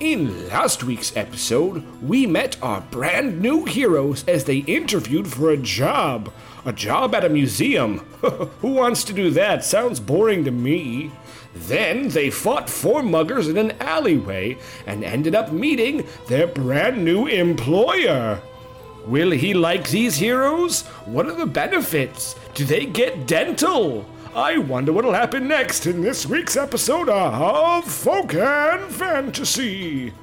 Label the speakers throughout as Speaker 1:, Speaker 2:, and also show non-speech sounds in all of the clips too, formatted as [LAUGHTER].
Speaker 1: In last week's episode, we met our brand new heroes as they interviewed for a job. A job at a museum. [LAUGHS] Who wants to do that? Sounds boring to me. Then they fought four muggers in an alleyway and ended up meeting their brand new employer. Will he like these heroes? What are the benefits? Do they get dental? I wonder what'll happen next in this week's episode of Folk and Fantasy.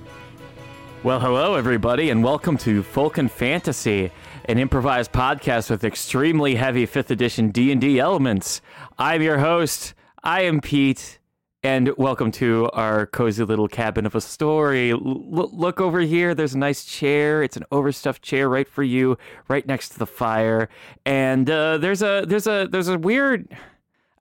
Speaker 2: Well, hello, everybody, and welcome to Folk and Fantasy, an improvised podcast with extremely heavy 5th edition D&D elements. I'm your host, I am Pete, and welcome to our cozy little cabin of a story. L- l- look over here, there's a nice chair. It's an overstuffed chair right for you, right next to the fire. And uh, there's a there's a there's a weird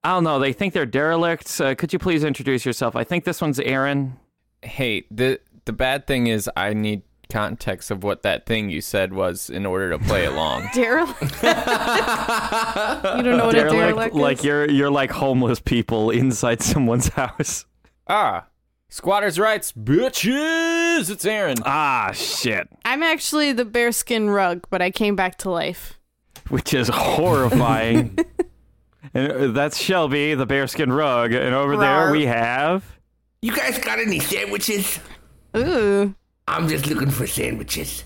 Speaker 2: I don't know, they think they're derelicts. Uh, could you please introduce yourself? I think this one's Aaron.
Speaker 3: Hey, the the bad thing is I need context of what that thing you said was in order to play
Speaker 4: [LAUGHS]
Speaker 3: along.
Speaker 4: derelict. you don't know what a derelict is?
Speaker 2: like you're you're like homeless people inside [LAUGHS] someone's house.
Speaker 3: ah, squatters' rights, bitches. It's Aaron.
Speaker 2: Ah, shit,
Speaker 4: I'm actually the bearskin rug, but I came back to life.
Speaker 2: which is
Speaker 4: [LAUGHS]
Speaker 2: horrifying. and uh, that's Shelby, the bearskin rug, and over there
Speaker 4: Rawr.
Speaker 2: we have
Speaker 5: You guys got any sandwiches?
Speaker 4: Ooh.
Speaker 5: I'm just looking for sandwiches.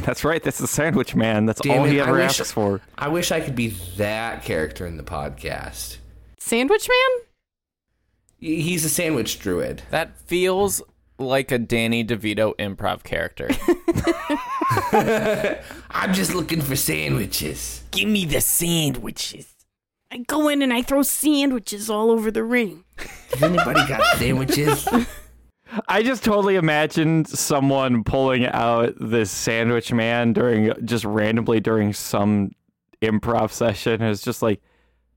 Speaker 2: That's right, that's the sandwich man. That's
Speaker 6: Damn
Speaker 2: all he
Speaker 6: it, I
Speaker 2: ever
Speaker 6: wish-
Speaker 2: asks for.
Speaker 6: I wish I could be that character in the podcast.
Speaker 4: Sandwich man?
Speaker 6: Y- He's a sandwich druid.
Speaker 3: That feels like a Danny DeVito improv
Speaker 4: [LAUGHS]
Speaker 3: character.
Speaker 6: I'm just looking for sandwiches.
Speaker 3: Give me the sandwiches.
Speaker 4: I go in and I throw sandwiches all over the ring.
Speaker 6: Has anybody got sandwiches?
Speaker 3: [LAUGHS]
Speaker 2: I just totally imagined someone pulling out this sandwich man during just randomly during some improv session. and It's just like,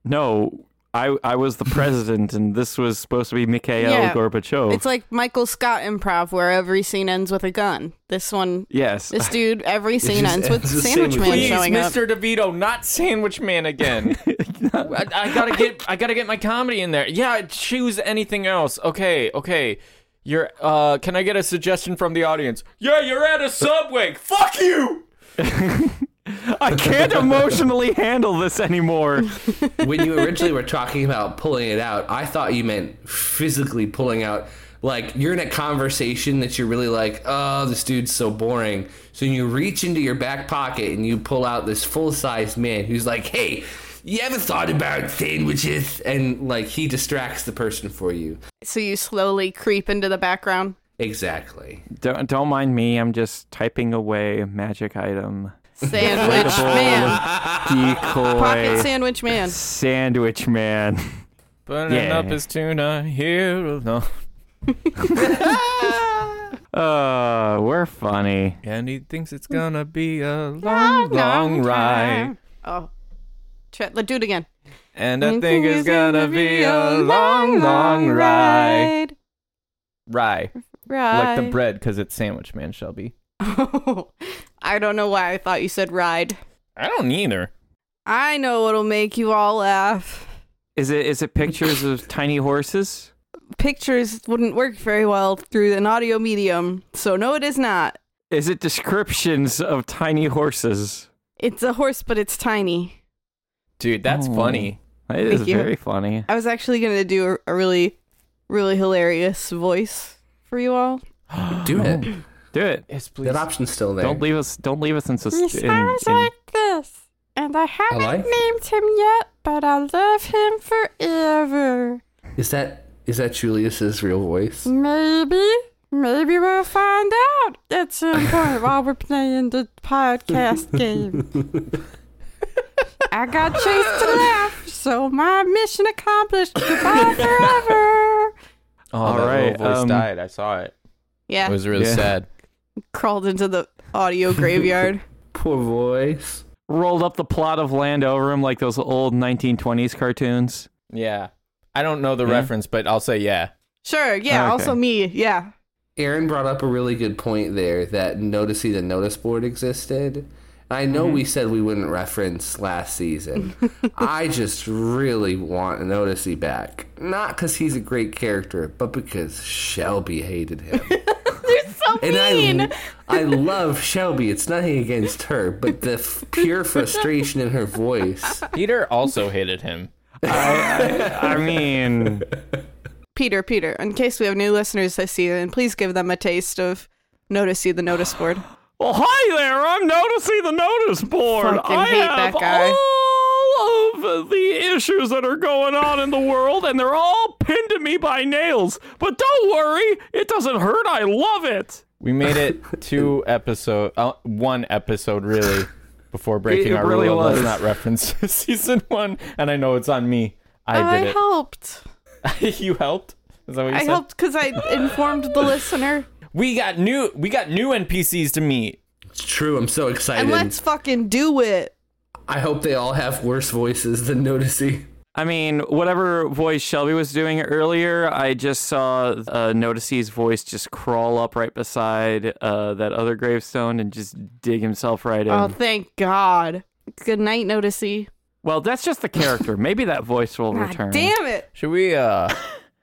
Speaker 2: no, I I was the president, and this was supposed to be Mikhail
Speaker 4: Yeah.
Speaker 2: Gorbachev.
Speaker 4: It's like Michael Scott improv, where every scene ends with a gun. This one,
Speaker 2: yes, [LAUGHS]
Speaker 4: this dude, every scene
Speaker 6: just
Speaker 4: ends with
Speaker 6: ends with
Speaker 4: Sandwich Man
Speaker 3: Please,
Speaker 4: showing up.
Speaker 3: Mr. DeVito, not Sandwich Man
Speaker 4: [LAUGHS]
Speaker 3: again. I, I gotta get, I gotta get my comedy in there. Yeah, choose anything else. Okay, okay. You're, uh, can I get a suggestion from the audience? Yeah, you're at a subway. Fuck you.
Speaker 2: I can't emotionally handle this anymore.
Speaker 6: when you originally were talking about pulling it out, I thought you meant physically pulling out. Like you're in a conversation that you're really like, oh, this dude's so boring. So you reach into your back pocket and you pull out this full sized man who's like, hey, you ever thought about sandwiches? And like he distracts the person for you.
Speaker 4: So you slowly creep into the background.
Speaker 6: Exactly.
Speaker 2: [LAUGHS] Don't don't mind me. I'm just typing away magic item
Speaker 4: Sandwich man. Pocket
Speaker 2: decoy
Speaker 4: sandwich man.
Speaker 2: sandwich man. [LAUGHS]
Speaker 3: Burning
Speaker 2: Yeah.
Speaker 3: up his tuna here alone.
Speaker 2: Uh, we're funny.
Speaker 3: And he thinks it's gonna be a Hmm. long, long ride.
Speaker 4: Oh. Try, let's do it again.
Speaker 3: And I think it's gonna be a long, long ride. Rye.
Speaker 4: Ride.
Speaker 3: Like the bread, because it's Sandwich Man, Shelby.
Speaker 4: [LAUGHS] I don't know why I thought you said ride.
Speaker 3: I don't either.
Speaker 4: I know what'll make you all laugh.
Speaker 2: Is it is it pictures of tiny horses?
Speaker 4: Pictures wouldn't work very well through an audio medium, so no, it is not.
Speaker 2: Is it descriptions of tiny horses?
Speaker 4: It's a horse, but it's tiny.
Speaker 3: Dude, that's
Speaker 2: Oh.
Speaker 3: funny.
Speaker 2: It is
Speaker 4: Thank you.
Speaker 2: very funny.
Speaker 4: I was actually going to do a, a really, really hilarious voice for you all.
Speaker 6: Do it.
Speaker 2: Do it.
Speaker 3: Yes, please.
Speaker 6: That option's still there.
Speaker 2: Don't leave us. Don't leave us in
Speaker 4: He
Speaker 2: suspense.
Speaker 4: sounds like this, and I haven't
Speaker 6: like it.
Speaker 4: named him yet, but I love him forever.
Speaker 6: Is that is that Julius's real voice?
Speaker 4: Maybe, maybe we'll find out at some
Speaker 2: [LAUGHS]
Speaker 4: point while we're playing the podcast game. I got chased to laugh, so my mission
Speaker 2: [LAUGHS]
Speaker 4: accomplished. Goodbye forever.
Speaker 3: oh,
Speaker 2: All
Speaker 3: that
Speaker 2: right,
Speaker 3: little voice
Speaker 2: um,
Speaker 3: died. I saw [LAUGHS] it.
Speaker 4: Yeah,
Speaker 3: It was really
Speaker 2: Yeah.
Speaker 3: sad.
Speaker 4: crawled into the
Speaker 3: [LAUGHS]
Speaker 4: audio graveyard.
Speaker 6: Poor voice.
Speaker 2: Rolled up the plot of land over him like those old 1920s cartoons.
Speaker 3: Yeah. I don't know the
Speaker 2: Yeah.
Speaker 3: reference, but I'll say yeah.
Speaker 4: Sure. Yeah.
Speaker 2: Okay.
Speaker 4: Also me. Yeah.
Speaker 6: Aaron brought up a really good point there that noticing the notice board existed. I know we said we wouldn't reference last season. [LAUGHS] I just really want Noticey [LAUGHS] back. Not because he's a great character, but because Shelby hated him.
Speaker 4: so
Speaker 6: and
Speaker 4: mean.
Speaker 6: I, I love Shelby. It's nothing against her, but the f- pure frustration in her voice.
Speaker 3: Peter also hated him.
Speaker 2: [LAUGHS] I mean,
Speaker 4: Peter, Peter, in case we have new listeners this season, please give them a taste of Notice You,
Speaker 3: [SIGHS]
Speaker 4: the notice board.
Speaker 2: well, hi there. I'm noticing the notice board.
Speaker 4: Fucking
Speaker 2: I
Speaker 4: hate
Speaker 2: have
Speaker 4: that guy.
Speaker 2: all of the issues that are going on in the world, and they're all pinned to me by nails. But don't worry, it doesn't hurt. I love it.
Speaker 3: We
Speaker 2: [LAUGHS]
Speaker 3: made it two episode, uh, one episode really, before breaking
Speaker 2: It
Speaker 3: our
Speaker 2: really
Speaker 3: rule. of
Speaker 2: was.
Speaker 3: Let's not reference [LAUGHS] season one. And I know it's on me. I
Speaker 4: Oh, I
Speaker 3: did
Speaker 4: helped.
Speaker 3: it. [LAUGHS] you helped. Is that what you
Speaker 4: I
Speaker 3: said?
Speaker 4: helped because I informed
Speaker 3: [LAUGHS]
Speaker 4: the listener.
Speaker 3: We got new. We got new NPCs to meet.
Speaker 6: It's true. I'm so
Speaker 4: And
Speaker 6: excited.
Speaker 4: let's fucking do it.
Speaker 6: I hope they all have worse voices than Noticy.
Speaker 2: I mean, whatever voice Shelby was doing earlier, I just saw uh, Notice's voice just crawl up right beside uh, that other gravestone and just dig himself right in.
Speaker 4: Oh, thank God. Good night, Noticey.
Speaker 2: well, that's just the character. Maybe that voice will return.
Speaker 4: Damn it.
Speaker 3: Should we
Speaker 4: [LAUGHS]
Speaker 3: uh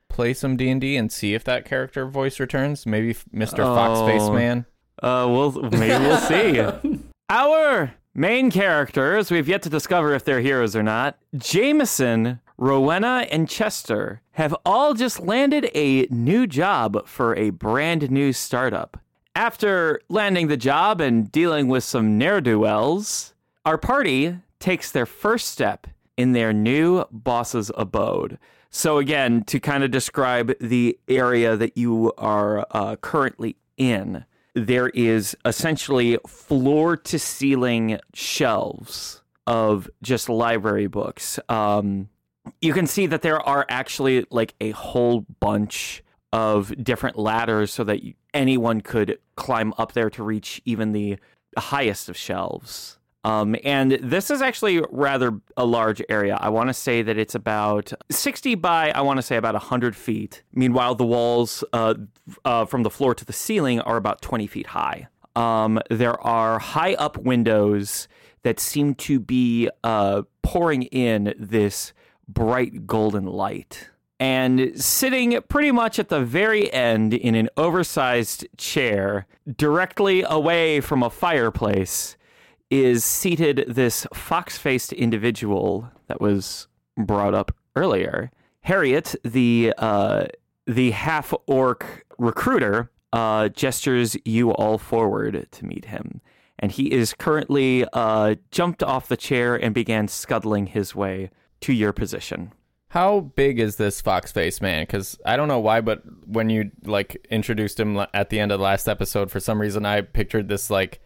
Speaker 3: play some D and D and see if that character voice returns? Maybe f- Mr. Foxface
Speaker 2: Oh.
Speaker 3: Man.
Speaker 2: Uh, we'll maybe we'll see. Our main characters, we've yet to discover if they're heroes or not. Jameson, Rowena, and Chester have all just landed a new job for a brand new startup. After landing the job and dealing with some ne'er do wells, our party takes their first step in their new boss's abode. So, again, to kind of describe the area that you are uh, currently in, there is essentially floor to ceiling shelves of just library books. Um, you can see that there are actually like a whole bunch of different ladders so that you- anyone could climb up there to reach even the highest of shelves. Um, and this is actually rather a large area. I want to say that it's about 60 by, I want to say about 100 feet. Meanwhile, the walls uh, uh, from the floor to the ceiling are about 20 feet high. Um, there are high up windows that seem to be uh, pouring in this bright golden light. And sitting pretty much at the very end in an oversized chair, directly away from a fireplace, is seated this fox faced individual that was brought up earlier. Harriet, the, uh, the half orc recruiter, uh, gestures you all forward to meet him. And he is currently uh, jumped off the chair and began scuttling his way to your position.
Speaker 3: How big is this Foxface Man? Because I don't know why, but when you like introduced him la- at the end of the last episode, for some reason I pictured this like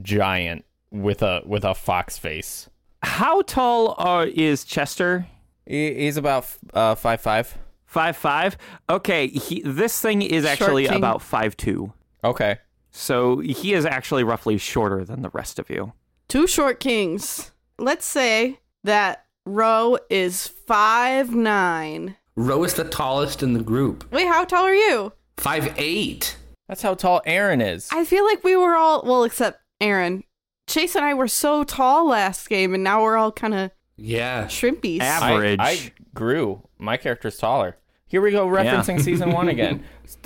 Speaker 3: giant with a with a fox face.
Speaker 2: How tall are, is Chester?
Speaker 3: He, he's about f- uh, five five.
Speaker 2: Five five. Okay, he, this thing is actually
Speaker 4: king.
Speaker 2: about five two.
Speaker 3: Okay.
Speaker 2: So he is actually roughly shorter than the rest of you.
Speaker 4: Two short kings. Let's say that Roe is five nine.
Speaker 6: Roe is the tallest in the group.
Speaker 4: Wait, how tall are you?
Speaker 6: Five eight.
Speaker 3: That's how tall Aaron is.
Speaker 4: I feel like we were all well, except Aaron. Chase and I were so tall last game, and now we're all kind of
Speaker 6: Yeah.
Speaker 4: shrimpies.
Speaker 2: Ab-
Speaker 3: I-
Speaker 2: Average.
Speaker 3: I, grew. My character's taller. Here we go, referencing season
Speaker 2: [LAUGHS]
Speaker 3: one again.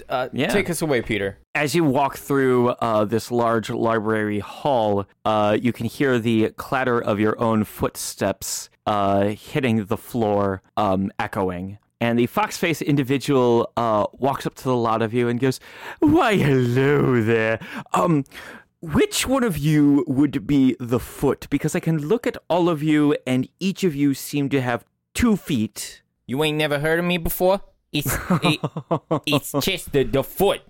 Speaker 3: Uh,
Speaker 2: Yeah.
Speaker 3: Take us away, Peter.
Speaker 2: As you walk through uh, this large library hall, uh, you can hear the clatter of your own footsteps uh, hitting the floor, um, echoing. And the fox faced individual uh, walks up to the lot of you and goes, Why, hello there. Um, which one of you would be the foot? Because I can look at all of you, and each of you seem to have two feet.
Speaker 3: You ain't never heard of me before? It's it, it's just the, the foot.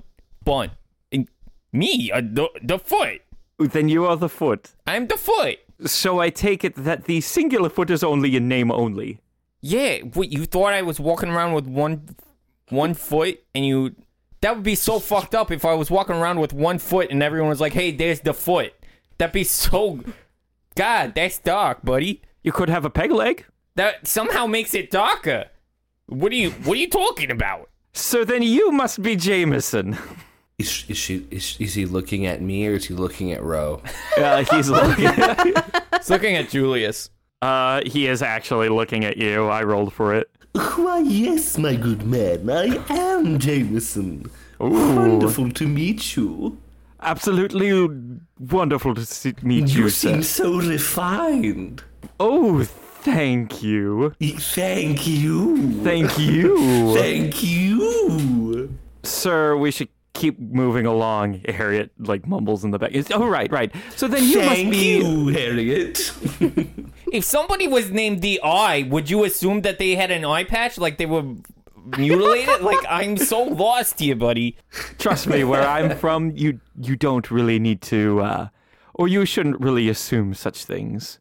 Speaker 3: Bun. And me, uh, the, the foot.
Speaker 2: Then you are the foot.
Speaker 3: I'm the foot.
Speaker 2: So I take it that the singular foot is only in name only.
Speaker 3: Yeah, what you thought I was walking around with one one foot and you that would be so fucked up if I was walking around with one foot and everyone was like, "Hey, there's the foot." That'd be so God, that's dark, buddy.
Speaker 2: You could have a peg leg.
Speaker 3: That somehow makes it darker. What are you what are you talking about?
Speaker 2: So then you must be Jameson.
Speaker 6: Is, is she? Is, is he looking at me or is he looking at Roe?
Speaker 2: [LAUGHS] Uh, he's looking. [LAUGHS]
Speaker 3: It's looking at Julius.
Speaker 2: uh, he is actually looking at you. I rolled for it.
Speaker 1: Why, yes, my good man, I am Jameson. Wonderful to meet you.
Speaker 2: Absolutely wonderful to see, meet you,
Speaker 1: You
Speaker 2: sir.
Speaker 1: seem so refined.
Speaker 2: Oh, thank you.
Speaker 1: E- Thank you. [LAUGHS]
Speaker 2: Thank you.
Speaker 1: Thank you.
Speaker 2: sir, we should keep moving along. Harriet, like, mumbles in the back. It's- Oh, right, right. So then you must
Speaker 1: Thank
Speaker 2: be.
Speaker 1: you, Harriet.
Speaker 3: If somebody was named the Eye, would you assume that they had an eye patch, like they were
Speaker 2: [LAUGHS]
Speaker 3: mutilated? like I'm so lost here, buddy.
Speaker 2: Trust me, where I'm from, you you don't really need to, uh, or you shouldn't really assume such things.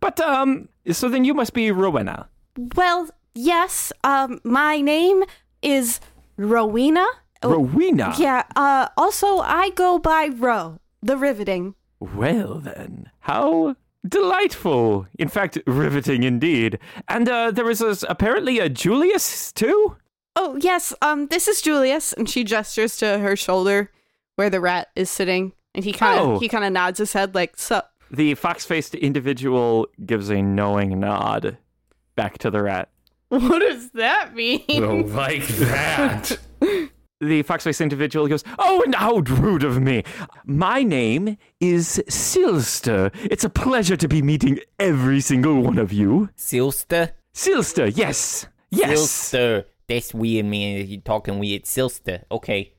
Speaker 2: But um, so then you must be Rowena.
Speaker 4: Well, yes. Um, my name is Rowena.
Speaker 2: Rowena.
Speaker 4: Yeah. Uh, also, I go by Ro, the riveting.
Speaker 2: Well then, how delightful! In fact, riveting indeed. And uh, there is a, apparently a Julius too.
Speaker 7: Oh, yes. Um, this is Julius, and she gestures to her shoulder where the rat is sitting, and he kind of
Speaker 2: Oh.
Speaker 7: he kind of nods his head like,
Speaker 4: [LAUGHS]
Speaker 7: "Sup."
Speaker 2: The fox-faced individual gives a knowing nod back to the rat.
Speaker 7: What does that mean?
Speaker 6: Don't like that.
Speaker 2: [LAUGHS] the fox-faced individual goes, "Oh, and how rude of me! My name is Silster. It's a pleasure to be meeting every single one of you.
Speaker 3: Silster,
Speaker 2: Silster, yes, yes.
Speaker 3: Silster. That's weird, man. You talking weird, Silster? Okay,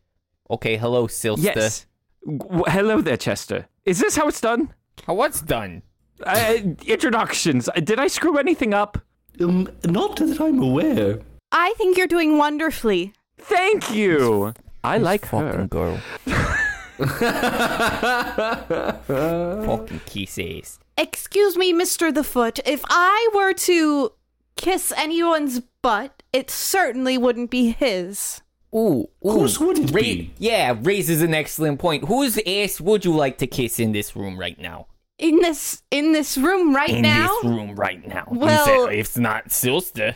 Speaker 3: okay. Hello, Silster.
Speaker 2: yes. W- hello there, Chester. Is this how it's done?
Speaker 3: How what's done?
Speaker 2: Uh, introductions. Uh, Did I screw anything up?
Speaker 1: Um, not that I'm aware.
Speaker 4: I think you're doing wonderfully.
Speaker 2: Thank you. I like her. [LAUGHS]
Speaker 3: girl. Fucking kisses.
Speaker 4: Excuse me, Mr. The Foot. If I were to kiss anyone's butt, it certainly wouldn't be his.
Speaker 3: Ooh, ooh.
Speaker 1: Whose would it
Speaker 3: Ra-
Speaker 1: be?
Speaker 3: Yeah, raises an excellent point. Whose ass would you like to kiss in this room right now?
Speaker 4: In this in this room right
Speaker 3: in
Speaker 4: now.
Speaker 3: this room right now. You
Speaker 4: Well-
Speaker 3: said it's not Silster.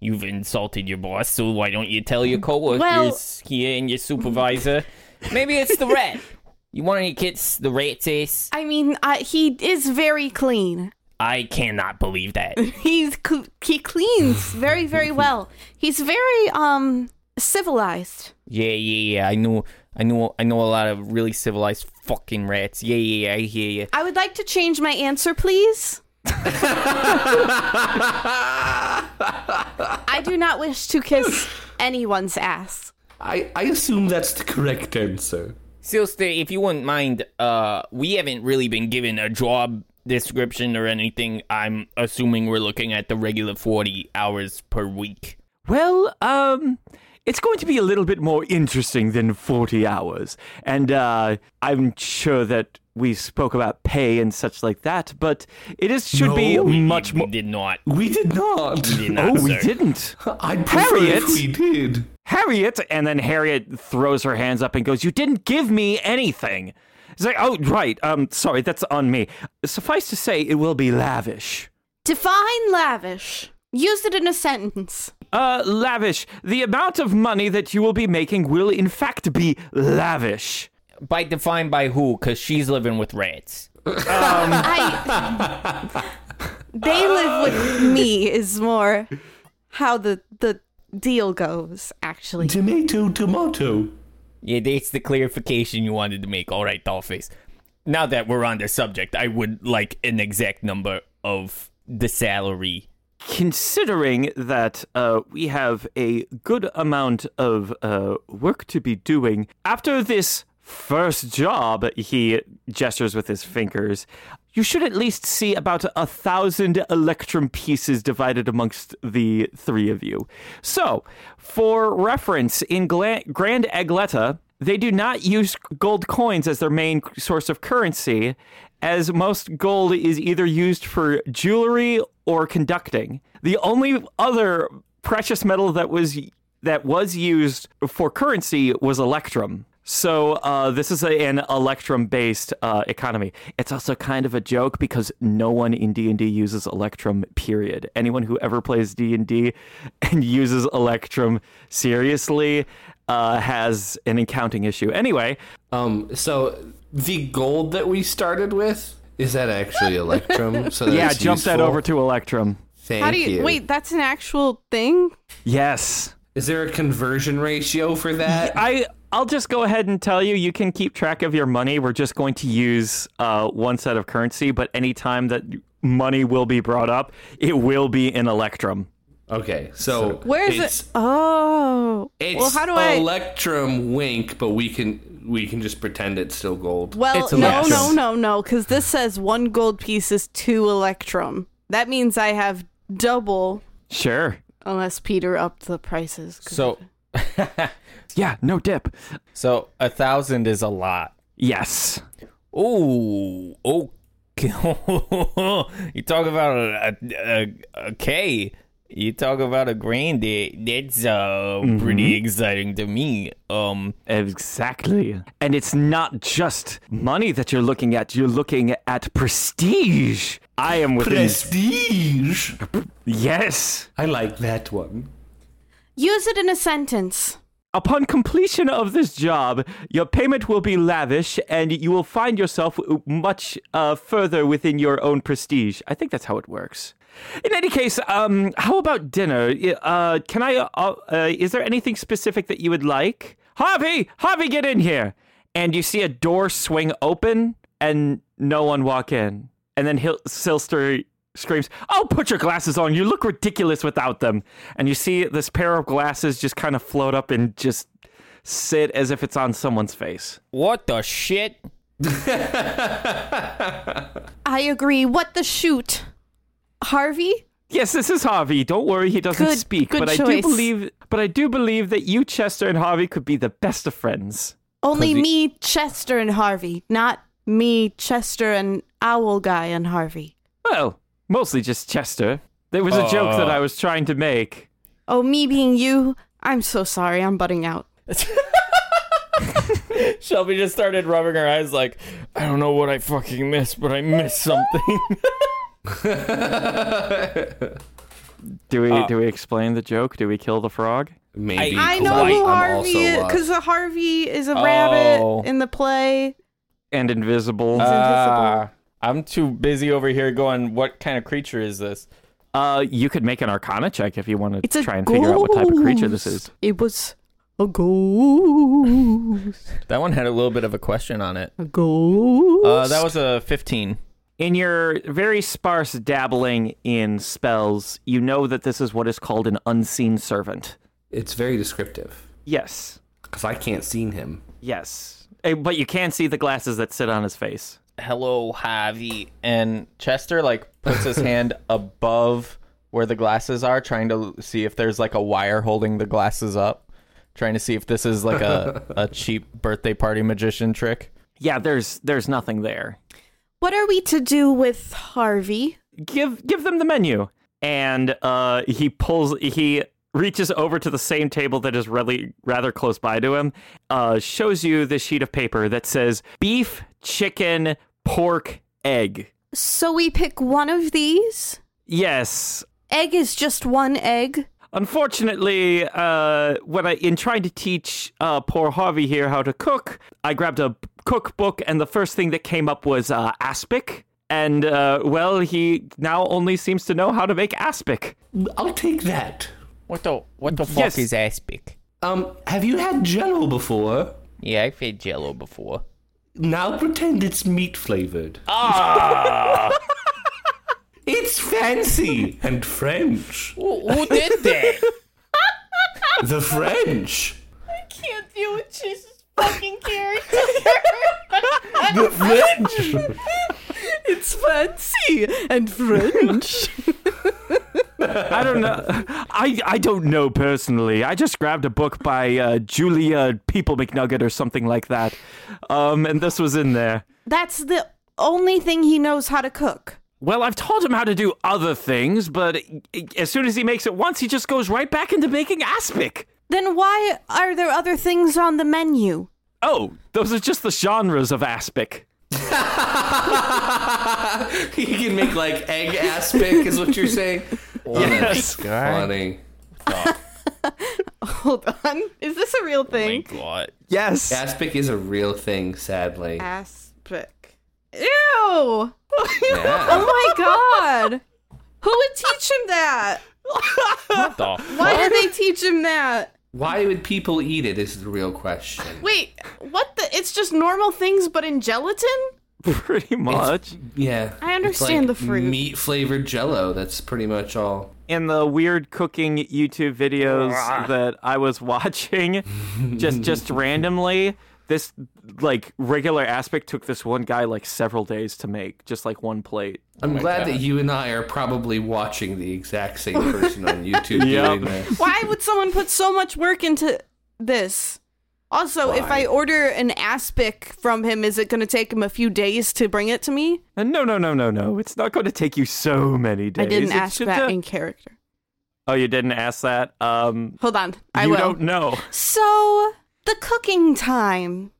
Speaker 3: You've insulted your boss, so why don't you tell your coworkers
Speaker 4: Well-
Speaker 3: here and your supervisor? Maybe it's the rat. [LAUGHS] You want to kiss the rat's ass?
Speaker 4: I mean, uh, he is very clean.
Speaker 3: I cannot believe
Speaker 4: [LAUGHS]
Speaker 3: that.
Speaker 4: He's cl- he cleans very very well. He's very um civilized.
Speaker 3: Yeah, yeah, yeah. I know, I know, I know a lot of really civilized fucking rats. Yeah, yeah, yeah. I hear you.
Speaker 4: I would like to change my answer, please. I do not wish to kiss anyone's ass.
Speaker 1: I, I assume that's the correct answer.
Speaker 3: Silster, if you wouldn't mind, uh, we haven't really been given a job description or anything. I'm assuming we're looking at the regular 40 hours per week.
Speaker 2: Well, um, it's going to be a little bit more interesting than 40 hours. And uh, I'm sure that we spoke about pay and such like that, but it is should be
Speaker 1: No, we-
Speaker 2: much
Speaker 3: We
Speaker 2: more.
Speaker 3: did not.
Speaker 1: We did not.
Speaker 3: Did not
Speaker 2: Oh, we
Speaker 3: sir. [LAUGHS]
Speaker 2: didn't.
Speaker 1: I'd prefer
Speaker 2: Harriet?
Speaker 1: if we did.
Speaker 2: Harriet, and then Harriet throws her hands up and goes, "You didn't give me anything." It's like, "Oh, right. Um, sorry, that's on me." Suffice to say, it will be lavish.
Speaker 4: Define lavish. Use it in a sentence.
Speaker 2: Uh, lavish. The amount of money that you will be making will, in fact, be lavish.
Speaker 3: By defined by who? Because she's living with rats.
Speaker 4: I. They live with me is more how the the deal goes. Actually,
Speaker 1: Tomato, tomato.
Speaker 3: Yeah, that's the clarification you wanted to make. All right, Dollface. Now that we're on the subject, I would like an exact number of the salary.
Speaker 2: considering that uh, we have a good amount of uh, work to be doing after this first job he gestures with his fingers you should at least see about a thousand electrum pieces divided amongst the three of you so for reference in Gla- grand agleta they do not use gold coins as their main source of currency, as most gold is either used for jewelry or conducting. The only other precious metal that was that was used for currency was electrum. So uh, this is a, an electrum-based uh, economy. It's also kind of a joke because no one in D and D uses electrum. Period. Anyone who ever plays D and D [LAUGHS] and uses electrum seriously uh, has an accounting issue. Anyway,
Speaker 6: um, so the
Speaker 1: [LAUGHS]
Speaker 6: gold that we started with is that actually Electrum? So that
Speaker 2: yeah,
Speaker 6: it's
Speaker 2: jump that
Speaker 6: useful?
Speaker 2: over to electrum.
Speaker 6: Thank
Speaker 8: How do you, wait? That's an actual thing.
Speaker 2: Yes.
Speaker 6: Is there a conversion ratio for that?
Speaker 2: I I'll just go ahead and tell you you can keep track of your money. We're just going to use uh, one set of currency, but anytime that money will be brought up, it will be in Electrum.
Speaker 6: Okay, so
Speaker 8: Where is
Speaker 6: it's,
Speaker 8: it? Oh,
Speaker 6: It's
Speaker 8: well, how do I?
Speaker 6: Electrum Wink, but we can we can just pretend it's still gold.
Speaker 4: Well,
Speaker 3: It's
Speaker 4: no,
Speaker 3: electrum.
Speaker 4: no, no, no, because this says one gold piece is two electrum. That means I have double,
Speaker 2: Sure.
Speaker 4: unless Peter upped the prices. 'cause-
Speaker 3: So,
Speaker 2: Yeah. No dip.
Speaker 3: so a thousand is a lot.
Speaker 2: Yes.
Speaker 3: Ooh, oh, [LAUGHS] you talk about a, a, a K. You talk about a grand. that- That's uh, pretty exciting to me. Um,
Speaker 2: Exactly. And it's not just money that you're looking at. You're looking at prestige. I am within.
Speaker 6: Prestige.
Speaker 2: yes.
Speaker 6: I like that one.
Speaker 4: Use it in a sentence.
Speaker 2: Upon completion of this job, your payment will be lavish and you will find yourself much uh, further within your own prestige. I think that's how it works. In any case, um, how about dinner? I- Uh, can I? Uh, uh, is there anything specific that you would like? Harvey! Harvey, get in here! And you see a door swing open and no one walk in. And then Hil- Silster screams, Oh, put your glasses on. You look ridiculous without them. And you see this pair of glasses just kind of float up and just sit as if it's on someone's face.
Speaker 3: what the shit?
Speaker 4: I agree. What the shoot? Harvey?
Speaker 2: Yes, this is Harvey. Don't worry, he doesn't
Speaker 4: Good-
Speaker 2: speak.
Speaker 4: good
Speaker 2: but I do
Speaker 4: choice.
Speaker 2: believe but I do believe that you, Chester, and Harvey could be the best of friends.
Speaker 4: Only me, Chester, and Harvey. Not me, Chester, and Owl Guy, and Harvey.
Speaker 2: Well, mostly just Chester. There was a joke that I was trying to make.
Speaker 4: Oh, me being you? I'm so sorry. I'm butting out.
Speaker 3: Shelby just started rubbing her eyes, like I don't know what I fucking missed, but I missed something. [LAUGHS]
Speaker 2: Do we do we explain the joke? Do we kill the frog?
Speaker 6: Maybe
Speaker 3: I-
Speaker 8: I know who
Speaker 6: I'm
Speaker 8: Harvey
Speaker 6: also
Speaker 8: is
Speaker 6: lost.
Speaker 8: because the Harvey is a
Speaker 3: Oh.
Speaker 8: rabbit in the play.
Speaker 2: And invisible. Uh,
Speaker 3: Ah, I'm too busy over here going, what kind of creature is this?
Speaker 2: Uh, you could make an Arcana check if you want to
Speaker 4: It's a
Speaker 2: try and figure out what type of creature this
Speaker 4: ghost.
Speaker 2: is.
Speaker 4: It was a ghost.
Speaker 3: That one had a little bit of a question on it.
Speaker 4: A ghost.
Speaker 3: Uh, that was a 15.
Speaker 2: In your very sparse dabbling in spells, you know that this is what is called an unseen servant.
Speaker 6: It's very descriptive
Speaker 2: Yes,
Speaker 6: because I can't see him.
Speaker 2: yes, Eh, but you can see the glasses that sit on his face.
Speaker 3: Hello, Javi. And Chester, like, puts his [LAUGHS] hand above where the glasses are, trying to see if there's, like, a wire holding the glasses up. Trying to see if this is, like, [LAUGHS] a, a cheap birthday party magician trick.
Speaker 2: Yeah, there's there's nothing there.
Speaker 4: What are we to do with Harvey?
Speaker 2: Give give them the menu, and uh, he pulls he reaches over to the same table that is really rather close by to him. Uh, shows you the sheet of paper that says beef, chicken, pork, egg.
Speaker 4: So we pick one of these?
Speaker 2: Yes.
Speaker 4: Egg is just one egg.
Speaker 2: Unfortunately, uh, when I in trying to teach uh, poor Harvey here how to cook, I grabbed a cookbook, and the first thing that came up was uh, aspic. And uh, well, he now only seems to know how to make aspic.
Speaker 6: I'll take that.
Speaker 3: What the, what the fuck
Speaker 2: Yes.
Speaker 3: is aspic?
Speaker 6: Um, have you had Jello before?
Speaker 3: Yeah, I've had jello before.
Speaker 6: Now pretend it's meat flavored. Ah! it's fancy [LAUGHS] and French.
Speaker 3: Who did that?
Speaker 6: The French.
Speaker 9: can't deal with Jesus fucking character.
Speaker 6: The French.
Speaker 4: It's fancy and French.
Speaker 2: I don't know. [LAUGHS] I, I don't know personally. I just grabbed a book by uh, Julia People McNugget or something like that, um, and this was in there.
Speaker 4: That's the only thing he knows how to cook.
Speaker 2: Well, I've taught him how to do other things, but as soon as he makes it once, he just goes right back into making aspic.
Speaker 4: Then why are there other things on the menu?
Speaker 2: Oh, those are just the genres of aspic.
Speaker 6: you can make like egg aspic, is what you're saying.
Speaker 2: Yes.
Speaker 6: Funny.
Speaker 8: Hold on, is this a real thing?
Speaker 2: [LAUGHS] Yes.
Speaker 6: Aspic is a real thing, sadly.
Speaker 8: Aspic. Ew!
Speaker 6: Yeah.
Speaker 8: Oh my god!
Speaker 10: Who would teach him that?
Speaker 3: What the f-
Speaker 10: Why did they teach him that?
Speaker 6: Why would people eat it? Is the real question.
Speaker 4: Wait, what the? It's just normal things, but in gelatin?
Speaker 2: Pretty much.
Speaker 6: Yeah,
Speaker 4: I understand the fruit.
Speaker 6: Meat flavored Jello. That's pretty much all.
Speaker 2: in the weird cooking YouTube videos that I was [LAUGHS] watching, just just randomly, this like regular aspect took this one guy like several days to make, just like one plate.
Speaker 6: I'm glad that you and I are probably watching the exact same person on YouTube doing this.
Speaker 4: Why would someone put so much work into this? Also, if I order an aspic from him, is it going to take him a few days to bring it to me?
Speaker 2: And no, no, no, no, no. It's not going to take you so many days.
Speaker 10: I didn't
Speaker 2: It's
Speaker 10: ask
Speaker 2: just
Speaker 10: that
Speaker 2: a-
Speaker 10: in character.
Speaker 2: Oh, you didn't ask that. Um,
Speaker 4: Hold on, I
Speaker 2: you
Speaker 4: will.
Speaker 2: don't know. [LAUGHS]
Speaker 4: So, the cooking time.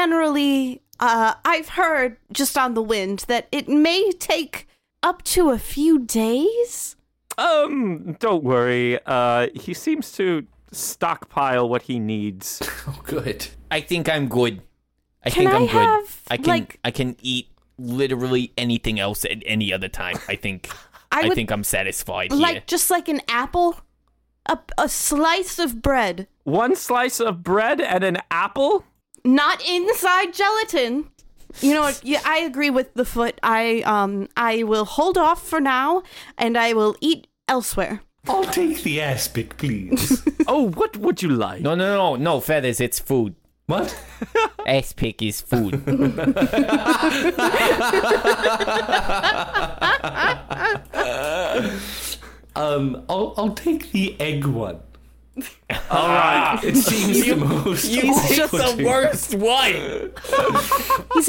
Speaker 4: Generally, uh, I've heard just on the wind that it may take up to a few days.
Speaker 2: Um, don't worry. Uh, he seems to stockpile what he needs.
Speaker 6: Oh, good.
Speaker 3: I think I'm good. I
Speaker 4: Can
Speaker 3: think
Speaker 4: I
Speaker 3: I'm good.
Speaker 4: have,
Speaker 3: I can
Speaker 4: like-
Speaker 3: I can eat literally anything else at any other time. I think
Speaker 4: [LAUGHS]
Speaker 3: I,
Speaker 4: would
Speaker 3: think I'm satisfied
Speaker 4: like
Speaker 3: here.
Speaker 4: just like an apple, a, a slice of bread,
Speaker 2: One slice of bread and an apple.
Speaker 4: not inside gelatin. You know what? Yeah, I agree with the foot. I um I will hold off for now, and I will eat elsewhere.
Speaker 1: I'll take the aspic, please.
Speaker 2: Oh, what would you like?
Speaker 3: No, no, no, no, feathers. It's food.
Speaker 6: What?
Speaker 3: [LAUGHS] Ass pick is food. [LAUGHS]
Speaker 1: um, I'll, I'll take the egg
Speaker 11: [LAUGHS]
Speaker 1: one.
Speaker 2: All right.
Speaker 6: [LAUGHS] It seems the most.
Speaker 3: He's just the worst one.
Speaker 4: He's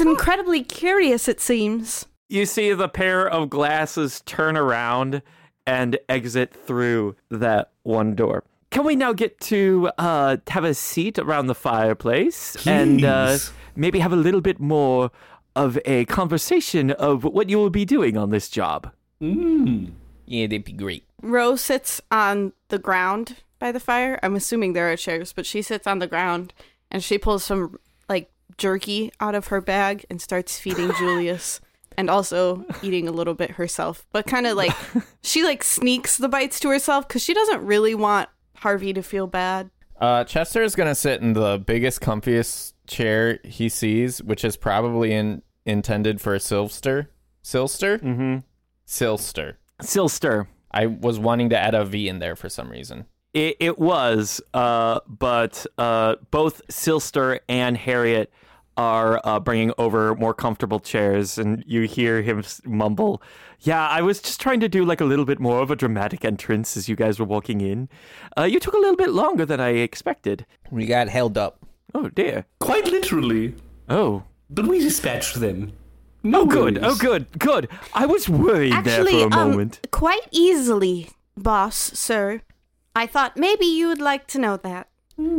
Speaker 3: [LAUGHS]
Speaker 4: incredibly curious, it seems.
Speaker 2: you see the pair of glasses turn around and exit through that one door. Can we now get to uh, have a seat around the fireplace and uh,
Speaker 1: Please.
Speaker 2: maybe have a little bit more of a conversation of what you will be doing on this job?
Speaker 3: Yeah, that'd be great.
Speaker 10: Rose sits on the ground by the fire. I'm assuming there are chairs, but she sits on the ground and she pulls some like jerky out of her bag and starts feeding
Speaker 2: [LAUGHS]
Speaker 10: Julius and also eating a little bit herself. But kind of
Speaker 2: [LAUGHS]
Speaker 10: like she like sneaks the bites to herself cuz she doesn't really want Harvey to feel bad.
Speaker 3: Uh, Chester is gonna sit in the biggest, comfiest chair he sees, which is probably in, intended for a Silster. Silster?
Speaker 2: Mm-hmm.
Speaker 3: Silster.
Speaker 2: Silster.
Speaker 3: I was wanting to add a V in there for some reason.
Speaker 2: It, it was, uh, but uh, both Silster and Harriet are uh, bringing over more comfortable chairs, and you hear him s- mumble, "Yeah, I was just trying to do like a little bit more of a dramatic entrance as you guys were walking in. Uh, you took a little bit longer than I expected.
Speaker 3: We got held up.
Speaker 2: Oh dear.
Speaker 1: Quite literally.
Speaker 2: Oh,
Speaker 1: But we dispatched them. No
Speaker 2: oh, good.
Speaker 1: worries.
Speaker 2: Oh, good. Good. I was worried
Speaker 4: Actually,
Speaker 2: there for a
Speaker 4: um,
Speaker 2: moment.
Speaker 4: quite easily, boss, sir. I thought maybe you would like to know that.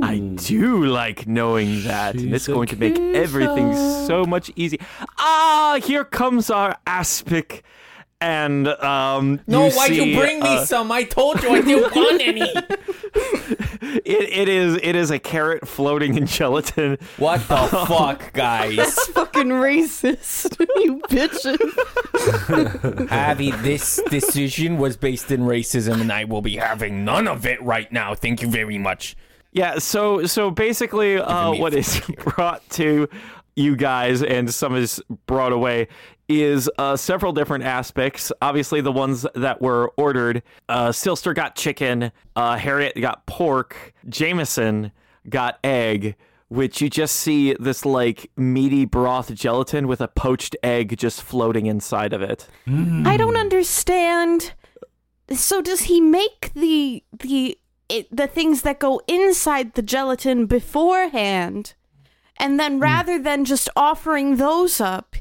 Speaker 2: I do like knowing that, and it's going to make everything so much easier. Ah, here comes our aspic, and um,
Speaker 3: No,
Speaker 2: you
Speaker 3: why'd
Speaker 2: see,
Speaker 3: you bring me
Speaker 2: uh,
Speaker 3: some? I told you I [LAUGHS] didn't want any.
Speaker 2: It, it is it is a carrot floating in gelatin.
Speaker 3: What the [LAUGHS] fuck, guys?
Speaker 2: [LAUGHS]
Speaker 10: Fucking racist. [LAUGHS] you bitches.
Speaker 3: Abby, this decision was based in racism, and I will be having none of it right now. Thank you very much.
Speaker 2: Yeah, so so basically, uh,
Speaker 3: me a
Speaker 2: what is brought to you guys and some is brought away is uh, several different aspects. Obviously, the ones that were ordered, uh, Silster got chicken, uh, Harriet got pork, Jameson got egg. Which you just see this like meaty broth gelatin with a poached egg just floating inside of it.
Speaker 4: I don't understand. So does he make the the it, the things that go inside the gelatin beforehand, and
Speaker 2: Hmm.
Speaker 4: then rather than just offering those up,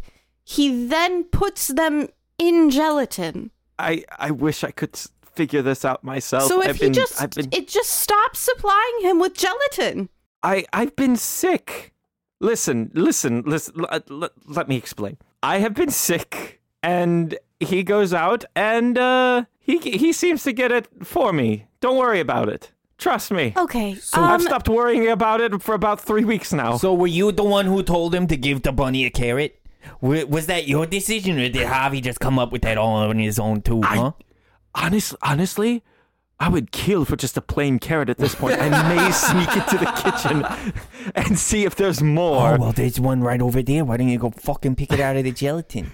Speaker 4: he then puts them in gelatin.
Speaker 2: I I wish I could s- figure this out myself.
Speaker 4: so if
Speaker 2: I've
Speaker 4: he
Speaker 2: been,
Speaker 4: just
Speaker 2: I've been
Speaker 4: it just stops supplying him with gelatin.
Speaker 2: I I've been sick. Listen, listen, listen. l- uh, l- let me explain. I have been sick, and he goes out, and uh, he he seems to get it for me. Don't worry about it. Trust me.
Speaker 4: Okay.
Speaker 2: I've
Speaker 4: um,
Speaker 2: stopped worrying about it for about three weeks now.
Speaker 3: So, were you the one who told him to give the bunny a carrot? Wa- Was that your decision, or did Javi just come up with that all on his own too?
Speaker 2: I-
Speaker 3: Huh?
Speaker 2: honest, honestly, I would kill for just a plain carrot at this point. I [LAUGHS] may sneak into the kitchen and see if there's more.
Speaker 3: Oh, well, there's one right over there. Why don't you go fucking pick it out of the gelatin?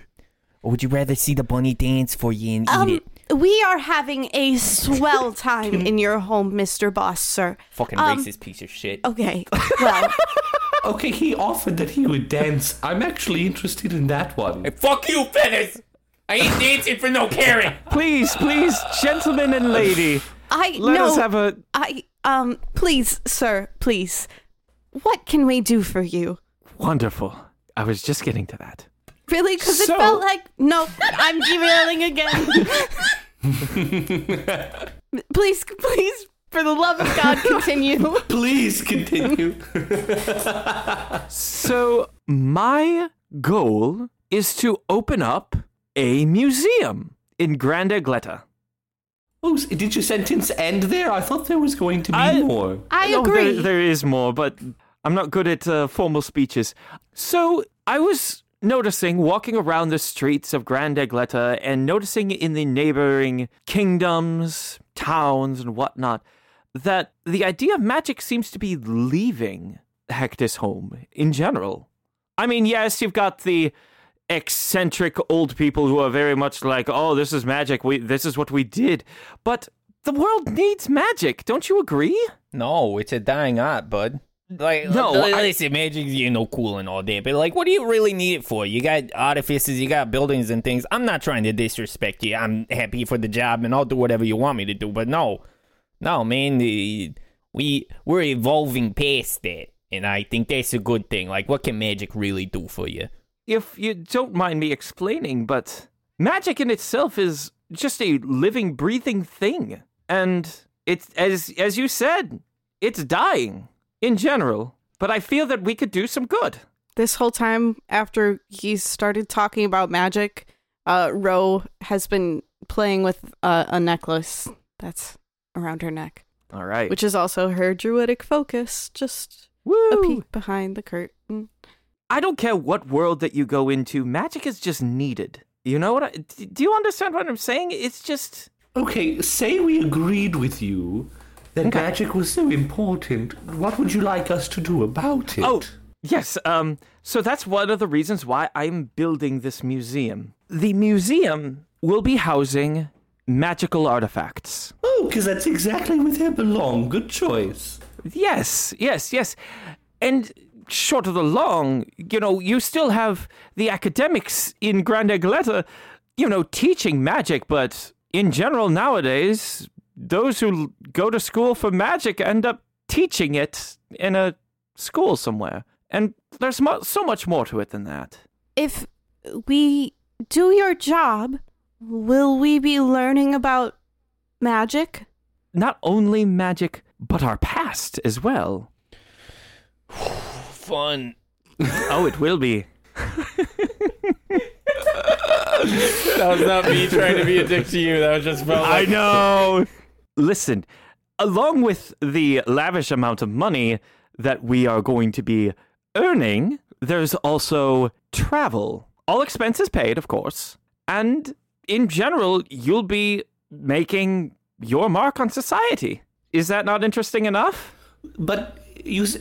Speaker 3: Or would you rather see the bunny dance for you and eat
Speaker 4: Um,
Speaker 3: it?
Speaker 4: we are having
Speaker 2: [LAUGHS]
Speaker 4: a swell time in your home, Mr. Boss, sir.
Speaker 3: Fucking
Speaker 4: um,
Speaker 3: racist piece of shit.
Speaker 2: [LAUGHS]
Speaker 4: Okay. Well,
Speaker 6: Okay, he offered that he would dance. I'm actually interested in that one.
Speaker 11: Fuck you, fellas. I ain't dancing for no carrot.
Speaker 2: Please, please, gentlemen and lady,
Speaker 4: I
Speaker 2: let
Speaker 4: no,
Speaker 2: us have a.
Speaker 4: I um please, sir, please. What can we do for you?
Speaker 2: Wonderful. I was just getting to that.
Speaker 4: Really? Because
Speaker 2: So-
Speaker 4: it felt like no, I'm
Speaker 2: [LAUGHS]
Speaker 4: derailing again. [LAUGHS] please, please, for the love of God, continue.
Speaker 6: [LAUGHS] Please continue.
Speaker 2: So, my goal is to open up a museum in Grande Gleta.
Speaker 6: oh, s- did your sentence end there? I thought there was going to be
Speaker 2: I-
Speaker 6: more.
Speaker 4: I
Speaker 2: No, there-
Speaker 4: agree.
Speaker 2: there is more, but I'm not good at uh, formal speeches. So I was noticing walking around the streets of Grand Egleta and noticing in the neighboring kingdoms, towns, and whatnot that the idea of magic seems to be leaving Hector's home in general. I mean, yes, you've got the eccentric old people who are very much like, "Oh, this is magic. We this is what we did." But the world needs magic, don't you agree?
Speaker 3: No, it's a dying art, bud. Like,
Speaker 2: No,
Speaker 3: no, li-
Speaker 2: I-
Speaker 3: listen, magic's you know cool and all that, but like, what do you really need it for? You got artifices, you got buildings and things. I'm not trying to disrespect you. I'm happy for the job, and I'll do whatever you want me to do. But no, no, man, the, we we're evolving past that, and I think that's a good thing. Like, what can magic really do for you?
Speaker 2: if you don't mind me explaining, but magic in itself is just a living, breathing thing, and it's as as you said, it's dying in general. But I feel that we could do some good.
Speaker 12: [LAUGHS] This whole time after he started talking about magic, uh, Ro has been playing with uh, a necklace that's around her neck,
Speaker 2: All right.
Speaker 12: which is also her druidic focus. Just a
Speaker 2: Woo!
Speaker 12: peek behind the curtain.
Speaker 2: I don't care what world that you go into, magic is just needed. You know what? I, d- do you understand what I'm saying? It's just
Speaker 6: Okay, say we agreed with you that magic was so important. What would you like us to do about it?
Speaker 2: Oh, yes. Um, so that's one of the reasons why I'm building this museum. The museum will be housing magical artifacts.
Speaker 6: Oh, because that's exactly where they belong. Good choice.
Speaker 2: Yes, yes, yes. And short of the long, you know, you still have the academics in Grand Egleta, you know, teaching magic, but in general nowadays, those who l- go to school for magic end up teaching it in a school somewhere. And there's mu- so much more to it than that.
Speaker 4: if we do your job, will we be learning about magic?
Speaker 2: Not only magic, but our past as well.
Speaker 3: Fun.
Speaker 2: Oh, it will be.
Speaker 11: That was not me trying to be a dick to you. That was just felt like
Speaker 2: know. [LAUGHS] Listen, along with the lavish amount of money that we are going to be earning, there's also travel. All expenses paid, of course. And in general, you'll be making your mark on society. Is that not interesting enough?
Speaker 6: But you, s- uh,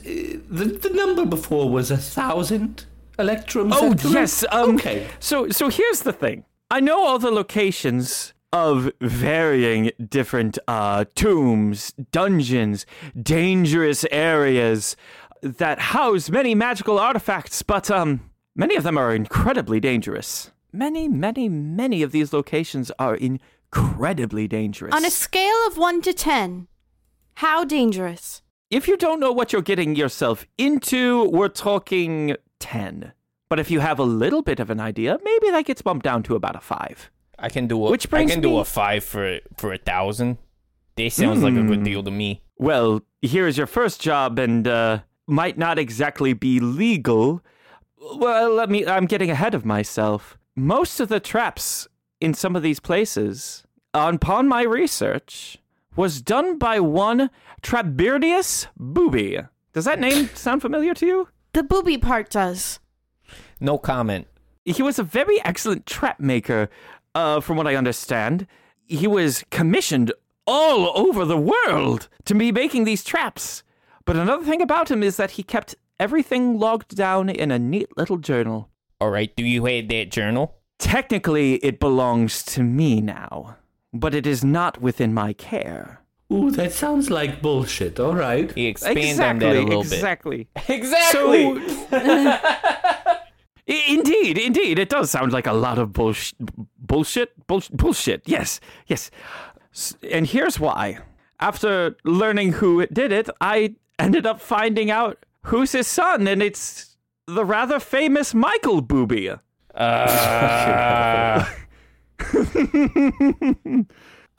Speaker 6: the, the number before was a thousand electrums.
Speaker 2: Oh
Speaker 6: that correct?
Speaker 2: yes. Um,
Speaker 6: okay.
Speaker 2: So so here's the thing. I know all the locations of varying different uh, tombs, dungeons, dangerous areas that house many magical artifacts, but um, many of them are incredibly dangerous. Many, many, many of these locations are incredibly dangerous.
Speaker 4: On a scale of 1 to 10, how dangerous?
Speaker 2: if you don't know what you're getting yourself into, we're talking 10. But if you have a little bit of an idea, maybe that gets bumped down to about a 5.
Speaker 3: I can do
Speaker 2: Which
Speaker 3: a Which
Speaker 2: brings
Speaker 3: I can do
Speaker 2: me-
Speaker 3: a five for for a thousand. That sounds like a
Speaker 11: Hmm.
Speaker 3: good deal to me.
Speaker 2: Well, here is your first job and uh, might not exactly be legal. Well, let me, I'm getting ahead of myself. Most of the traps in some of these places, upon my research, was done by one Trabirdius Booby. Does that name sound familiar to you?
Speaker 4: The booby part does.
Speaker 3: No comment.
Speaker 2: he was a very excellent trap maker, uh, from what I understand. he was commissioned all over the world to be making these traps. But another thing about him is that he kept everything logged down in a neat little journal.
Speaker 3: All right, do you have that journal?
Speaker 2: Technically, it belongs to me now, but it is not within my care.
Speaker 6: Ooh, that sounds like bullshit. All right.
Speaker 3: Expand
Speaker 2: exactly,
Speaker 3: on that a little
Speaker 2: exactly.
Speaker 11: Exactly.
Speaker 2: [LAUGHS] I- Indeed, indeed, it does sound like a lot of bullsh- bullshit, bullsh- bullshit. Yes, yes. S- And here's why. After learning who did it, I ended up finding out who's his son, and it's the rather famous Michael Booby.
Speaker 3: bit. Uh, [LAUGHS]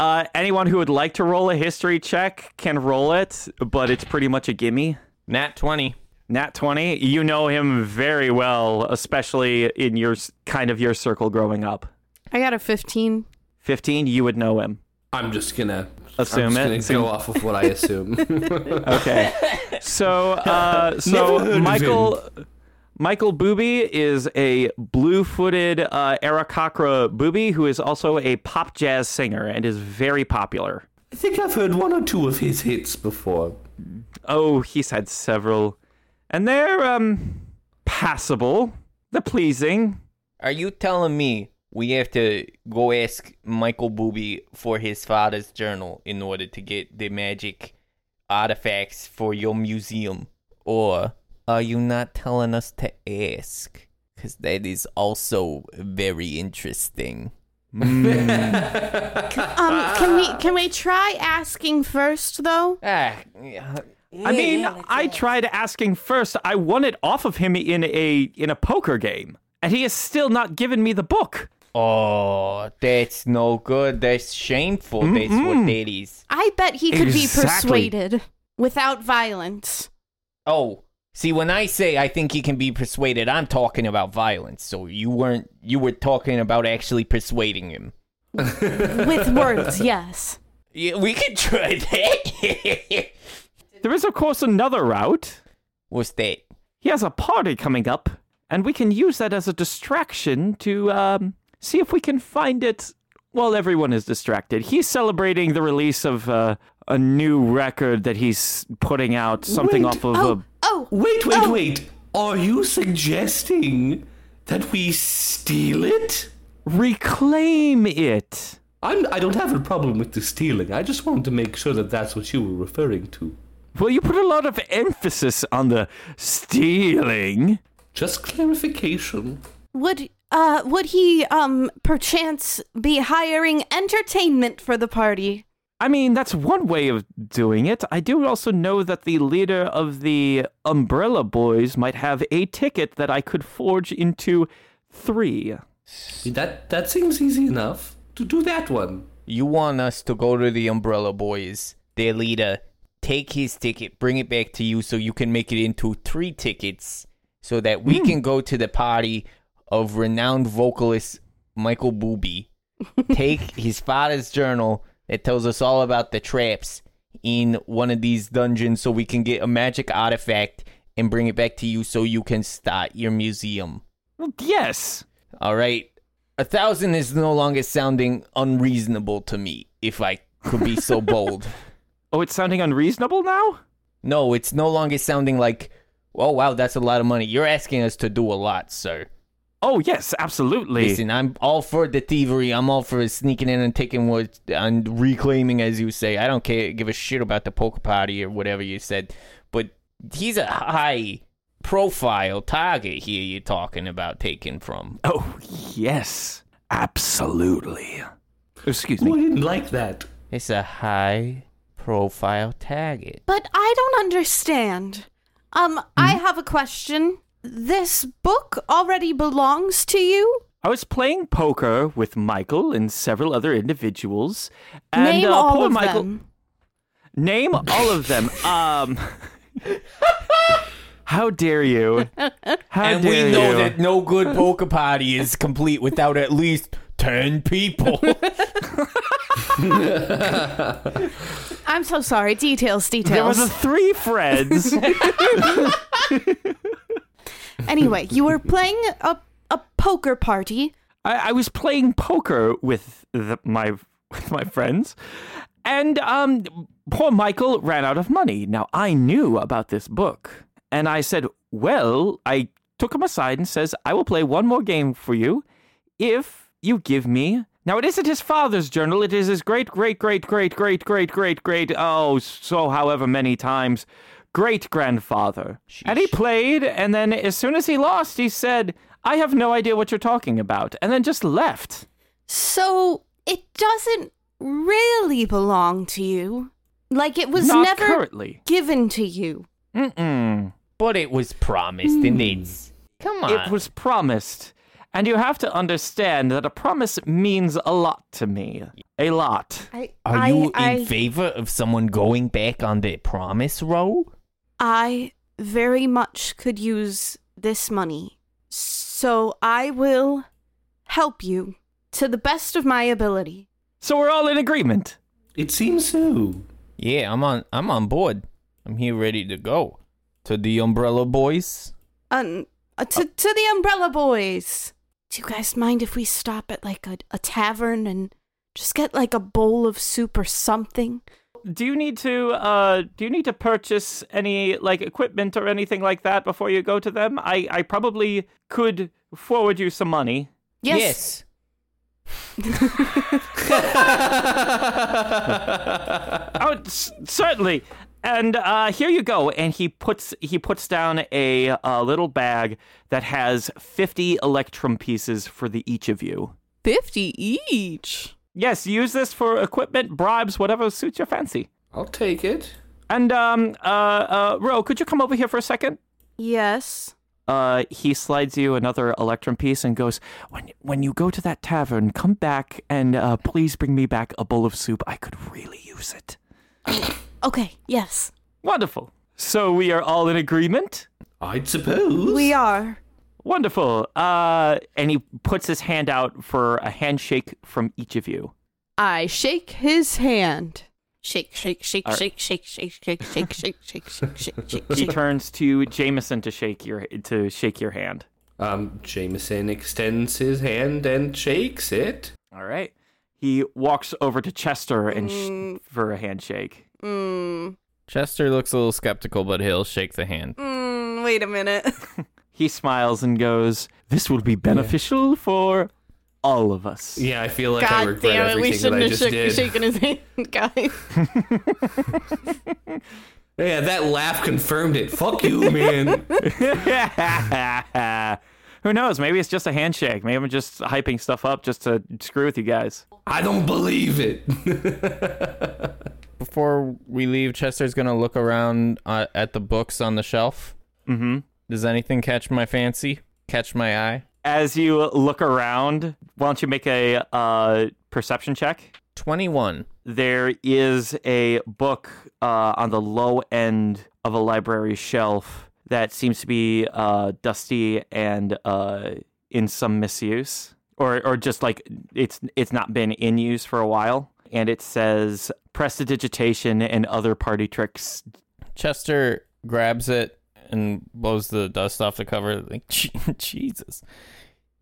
Speaker 2: Uh, anyone who would like to roll a history check can roll it, but it's pretty much a gimme.
Speaker 3: Nat 20.
Speaker 2: Nat 20, you know him very well, especially in your s- kind of your circle growing up.
Speaker 4: I got a 15.
Speaker 2: 15, you would know him.
Speaker 6: I'm just gonna
Speaker 2: Assume
Speaker 6: I'm just
Speaker 2: it.
Speaker 6: Gonna
Speaker 2: Assume-
Speaker 6: go off of what I assume.
Speaker 2: [LAUGHS]
Speaker 6: [LAUGHS]
Speaker 2: Okay. So, uh,
Speaker 6: Never heard
Speaker 2: so
Speaker 6: of
Speaker 2: Michael Michael Booby is a blue-footed uh, Arakakra Booby who is also a pop jazz singer and is very popular.
Speaker 6: I think I've heard one or two of his hits before.
Speaker 2: Oh, he's had several, and they're um passable. They're pleasing.
Speaker 3: Are you telling me we have to go ask Michael Booby for his father's journal in order to get the magic artifacts for your museum? Or are you not telling us to ask? Because that is also very interesting.
Speaker 4: Um, can we can we try asking first though?
Speaker 3: Ah,
Speaker 2: I mean, I tried asking first. I won it off of him in a in a poker game, and he has still not given me the book.
Speaker 3: oh, that's no good. That's shameful. That's what that is.
Speaker 4: I bet he could be
Speaker 2: Exactly.
Speaker 4: persuaded without violence.
Speaker 3: Oh, see, when I say I think he can be persuaded, I'm talking about violence. So you weren't, you were talking about actually persuading him.
Speaker 4: With [LAUGHS] words, yes.
Speaker 3: Yeah, we could try that. [LAUGHS]
Speaker 2: There is, of course, another route.
Speaker 3: What's that?
Speaker 2: He has a party coming up, and we can use that as a distraction to um, see if we can find it while everyone is distracted. He's celebrating the release of uh, a new record that he's putting out, something
Speaker 6: Wait.
Speaker 2: off of
Speaker 4: Oh, oh,
Speaker 6: Wait, wait,
Speaker 4: Oh.
Speaker 6: wait. Are you suggesting that we steal it?
Speaker 2: a reclaim it.
Speaker 6: I'm, I don't have a problem with the stealing. I just wanted to make sure that that's what you were referring to.
Speaker 2: Well, you put a lot of emphasis on the stealing.
Speaker 6: Just clarification.
Speaker 4: would uh would he um perchance be hiring entertainment for the party?
Speaker 2: I mean, that's one way of doing it. I do also know that the leader of the Umbrella Boys might have a ticket that I could forge into three.
Speaker 6: That that seems easy enough to do that one.
Speaker 3: You want us to go to the Umbrella Boys, their leader, take his ticket, bring it back to you so you can make it into three tickets so that we can go to the party of renowned vocalist Michael Booby, take his father's journal that tells us all about the traps in one of these dungeons so we can get a magic artifact and bring it back to you so you can start your museum.
Speaker 2: Well, yes.
Speaker 3: All right. A thousand is no longer sounding unreasonable to me, if I could be so bold.
Speaker 2: Oh, it's sounding unreasonable now?
Speaker 3: No, it's no longer sounding like, oh, wow, that's a lot of money. You're asking us to do a lot, sir.
Speaker 2: Oh, yes, absolutely.
Speaker 3: Listen, I'm all for the thievery. I'm all for sneaking in and taking what and reclaiming, as you say. I don't care, give a shit about the poker party or whatever you said. But he's a high profile target here you're talking about taking from.
Speaker 2: Oh, yes. Absolutely. Excuse
Speaker 6: Oh, I
Speaker 2: me.
Speaker 6: didn't like that.
Speaker 3: It's a high profile target.
Speaker 4: But I don't understand. Um I
Speaker 2: Hmm?
Speaker 4: have a question. This book already belongs to you?
Speaker 2: I was playing poker with Michael and several other individuals. And
Speaker 4: Name
Speaker 2: uh,
Speaker 4: all
Speaker 2: poor
Speaker 4: of
Speaker 2: Michael.
Speaker 4: them.
Speaker 2: Name all of
Speaker 3: [LAUGHS]
Speaker 2: them. Um, how dare you? How
Speaker 3: and
Speaker 2: dare
Speaker 3: we know
Speaker 2: you?
Speaker 3: that no [LAUGHS] good poker party is complete without at least 10 people.
Speaker 4: I'm so sorry. Details, details.
Speaker 2: there was a [LAUGHS] three
Speaker 3: [LAUGHS]
Speaker 2: friends.
Speaker 4: Anyway, you were playing a, a poker party.
Speaker 2: I, I was playing poker with the, my with my friends. And um, poor Michael ran out of money. Now, I knew about this book. And I said, Well, I took him aside and says, I will play one more game for you if you give me. Now, it isn't his father's journal. It is his great, great, great, great, great, great, great, great, oh, so however many times great grandfather. And he played, and then as soon as he lost, he said, I have no idea what you're talking about, and then just left.
Speaker 4: So it doesn't really belong to you. Like it was
Speaker 2: Not
Speaker 4: never
Speaker 2: currently.
Speaker 4: given to you.
Speaker 2: Mm-mm.
Speaker 3: [LAUGHS] But it was promised and it's. Come on.
Speaker 2: It was promised. And you have to understand that a promise means a lot to me. A lot.
Speaker 4: I
Speaker 3: Are
Speaker 4: I,
Speaker 3: you in
Speaker 4: I,
Speaker 3: favor of someone going back on their promise roll?
Speaker 4: I very much could use this money. So I will help you to the best of my ability.
Speaker 2: So we're all in agreement.
Speaker 5: It seems so.
Speaker 3: Yeah, I'm on. I'm on board. I'm here, ready to go. To the Umbrella Boys.
Speaker 4: Um, uh, to, to the Umbrella Boys. Do you guys mind if we stop at like a, a tavern and just get like a bowl of soup or something?
Speaker 2: Do you need to uh do you need to purchase any like equipment or anything like that before you go to them? I I probably could forward you some money.
Speaker 3: yes.
Speaker 2: [LAUGHS] Oh, c- certainly. And uh, here you go. And he puts he puts down a, uh little bag that has fifty electrum pieces for the each of you.
Speaker 12: 50 each.
Speaker 2: Yes, use this for equipment, bribes, whatever suits your fancy.
Speaker 6: I'll take it.
Speaker 2: And um, uh, uh, Ro, could you come over here for a second?
Speaker 4: Yes.
Speaker 2: Uh, he slides you another electrum piece and goes, "When when you go to that tavern, come back and uh, please bring me back a bowl of soup. I could really use it."
Speaker 4: Okay, yes.
Speaker 2: Wonderful. So we are all in agreement.
Speaker 5: I'd suppose.
Speaker 4: We are.
Speaker 2: Wonderful. Uh, and he puts his hand out for a handshake from each of you.
Speaker 12: I shake his hand.
Speaker 4: Shake, shake, shake, shake, shake, shake, shake, shake, shake, shake, shake, shake, shake,
Speaker 2: He
Speaker 4: [LAUGHS] shake.
Speaker 2: turns to Jameson to shake your to shake your hand.
Speaker 6: Um, Jameson extends his hand and shakes it.
Speaker 2: All right. He walks over to Chester and sh- for a handshake.
Speaker 12: Mm,
Speaker 11: Chester looks a little skeptical, but he'll shake the hand.
Speaker 12: mm, wait a minute.
Speaker 2: He smiles and goes, "This will be beneficial for all of us."
Speaker 6: Yeah, I feel like I
Speaker 13: God
Speaker 6: regret
Speaker 13: damn it, we
Speaker 6: everything
Speaker 13: shouldn't
Speaker 6: that I
Speaker 13: have
Speaker 6: just
Speaker 13: shook,
Speaker 6: did.
Speaker 13: shaken his hand, [LAUGHS] guys.
Speaker 6: Yeah, that laugh confirmed it. Fuck you, man.
Speaker 2: [LAUGHS] Who knows? Maybe it's just a handshake. Maybe I'm just hyping stuff up just to screw with you guys.
Speaker 6: I don't believe it. [LAUGHS]
Speaker 11: Before we leave, Chester's gonna look around uh, at the books on the shelf.
Speaker 2: Mm-hmm.
Speaker 11: Does anything catch my fancy? Catch my eye?
Speaker 2: As you look around, why don't you make a uh, perception check?
Speaker 11: Twenty-one.
Speaker 2: there is a book uh, on the low end of a library shelf that seems to be uh, dusty and uh, in some misuse, or or just like it's it's not been in use for a while. And it says prestidigitation and other party tricks.
Speaker 11: Chester grabs it and blows the dust off the cover.
Speaker 3: [LAUGHS]
Speaker 11: Like Jesus,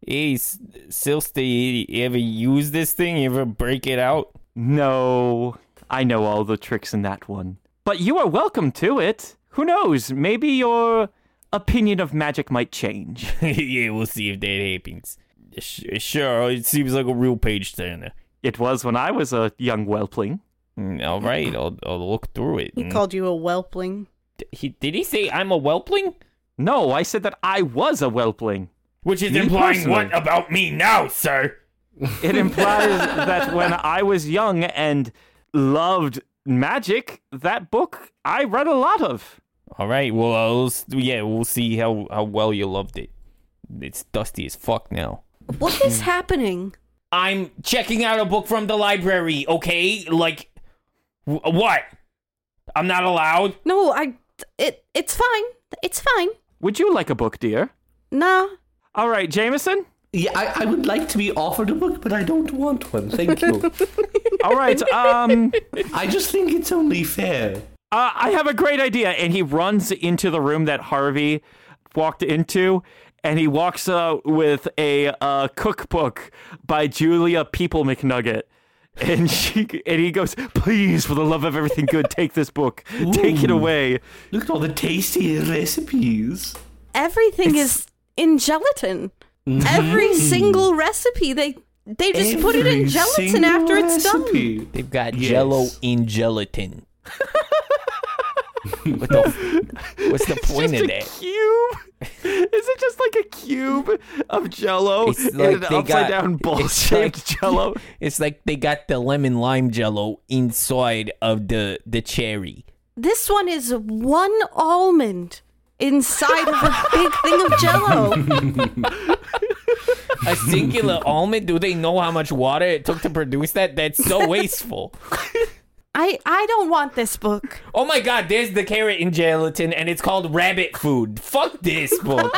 Speaker 11: hey, Silsty, you ever use this thing? You ever break it out?
Speaker 2: No, I know all the tricks in that one, but you are welcome to it. Who knows? Maybe your opinion of magic might change.
Speaker 3: [LAUGHS] yeah, we'll see if that happens. Sh- Sure, it seems like a real page turner.
Speaker 2: It was when I was a young whelpling.
Speaker 3: Mm, All right, I'll, I'll look through it.
Speaker 13: He
Speaker 3: Mm.
Speaker 13: called you a whelpling.
Speaker 3: D- he, did he say I'm a whelpling?
Speaker 2: No, I said that I was a whelpling.
Speaker 3: Which is
Speaker 2: Me
Speaker 3: implying
Speaker 2: personally.
Speaker 3: what about me now, sir?
Speaker 2: It implies that when I was young and loved magic, that book I read a lot of.
Speaker 3: All right, well, I'll, s- yeah, we'll see how, how well you loved it. It's dusty as fuck now.
Speaker 4: What
Speaker 6: Mm.
Speaker 4: is happening?
Speaker 3: I'm checking out a book from the library, okay? Like, wh- what? I'm not allowed?
Speaker 4: No, I. It. It's fine. It's fine.
Speaker 2: Would you like a book, dear?
Speaker 4: Nah.
Speaker 2: All right, Jameson.
Speaker 5: Yeah, I, I would like to be offered a book, but I don't want one. Thank
Speaker 2: [LAUGHS]
Speaker 5: you.
Speaker 2: All right. Um,
Speaker 5: I just think it's only fair.
Speaker 2: uh, I have a great idea, and he runs into the room that Harvey walked into, and he uh, walks out with a uh, cookbook by Julia People McNugget, and she and he goes, "Please, for the love of everything good, take this book, take it away."
Speaker 5: Look at all the tasty recipes.
Speaker 4: Everything is in gelatin.
Speaker 6: Mm-hmm.
Speaker 4: Every single recipe they they just put it in
Speaker 5: Every
Speaker 4: gelatin
Speaker 5: single
Speaker 4: after it's done.
Speaker 5: recipe.
Speaker 3: They've got
Speaker 5: Yes.
Speaker 3: Jello in gelatin. what the, f- [LAUGHS] what's the point
Speaker 2: Just
Speaker 3: of
Speaker 2: a
Speaker 3: that?
Speaker 2: cube? Is it just like a cube of Jello
Speaker 3: It's
Speaker 2: in
Speaker 3: like
Speaker 2: an
Speaker 3: they
Speaker 2: upside
Speaker 3: got-
Speaker 2: down
Speaker 3: it's
Speaker 2: ball shaped
Speaker 3: like-
Speaker 2: Jello?
Speaker 3: It's like they got the lemon lime Jello inside of the the cherry.
Speaker 4: This one is one almond inside of a big thing of
Speaker 6: [LAUGHS]
Speaker 4: jello.
Speaker 3: A singular almond? Do they know how much water it took to produce that? That's so wasteful.
Speaker 4: I I don't want this book.
Speaker 3: Oh my god, there's the carrot in gelatin and it's called rabbit food. Fuck this
Speaker 2: [LAUGHS]
Speaker 3: book.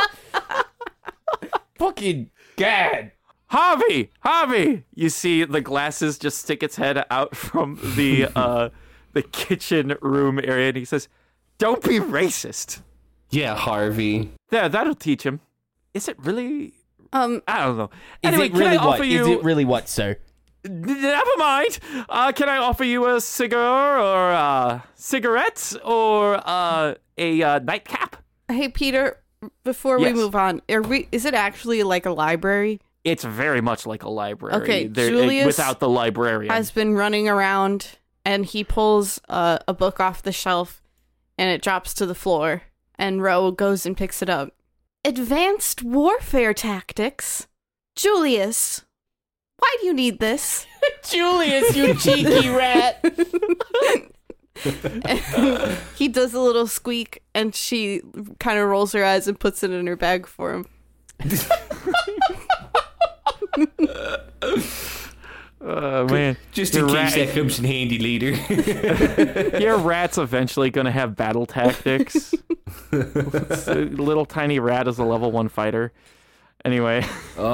Speaker 3: Fucking god.
Speaker 2: Harvey, Harvey! You see the glasses just stick its head out from the [LAUGHS] uh, the kitchen room area, and he says, "Don't be racist."
Speaker 6: Yeah, Harvey.
Speaker 2: There, that'll teach him. Is it really?
Speaker 4: Um,
Speaker 2: I don't know.
Speaker 3: Is
Speaker 2: Anyway,
Speaker 3: it really
Speaker 2: can I
Speaker 3: what?
Speaker 2: offer
Speaker 3: Is
Speaker 2: you?
Speaker 3: it really what, sir?
Speaker 2: N- Never mind. Uh, can I offer you a cigar or uh, cigarettes or uh, a uh, nightcap?
Speaker 12: Hey, Peter, before
Speaker 2: Yes.
Speaker 12: we move on, are we, is it actually like a library?
Speaker 2: It's very much like a library.
Speaker 12: Okay,
Speaker 2: There- it-
Speaker 12: Julius
Speaker 2: without the librarian.
Speaker 12: Has been running around and he pulls uh, a book off the shelf and it drops to the floor. And Ro goes and picks it up.
Speaker 4: advanced warfare tactics. Julius, why do you need this?
Speaker 3: [LAUGHS] Julius, you cheeky rat.
Speaker 12: [LAUGHS]
Speaker 3: [LAUGHS]
Speaker 12: He does a little squeak and she kind of rolls her eyes and puts it in her bag for him.
Speaker 2: Oh man,
Speaker 6: [LAUGHS] Just
Speaker 2: You're
Speaker 6: in
Speaker 2: right.
Speaker 6: case that comes in handy later. [LAUGHS]
Speaker 2: your rat's eventually gonna have battle tactics. It's a little tiny rat is a level one fighter. Anyway,
Speaker 6: oh,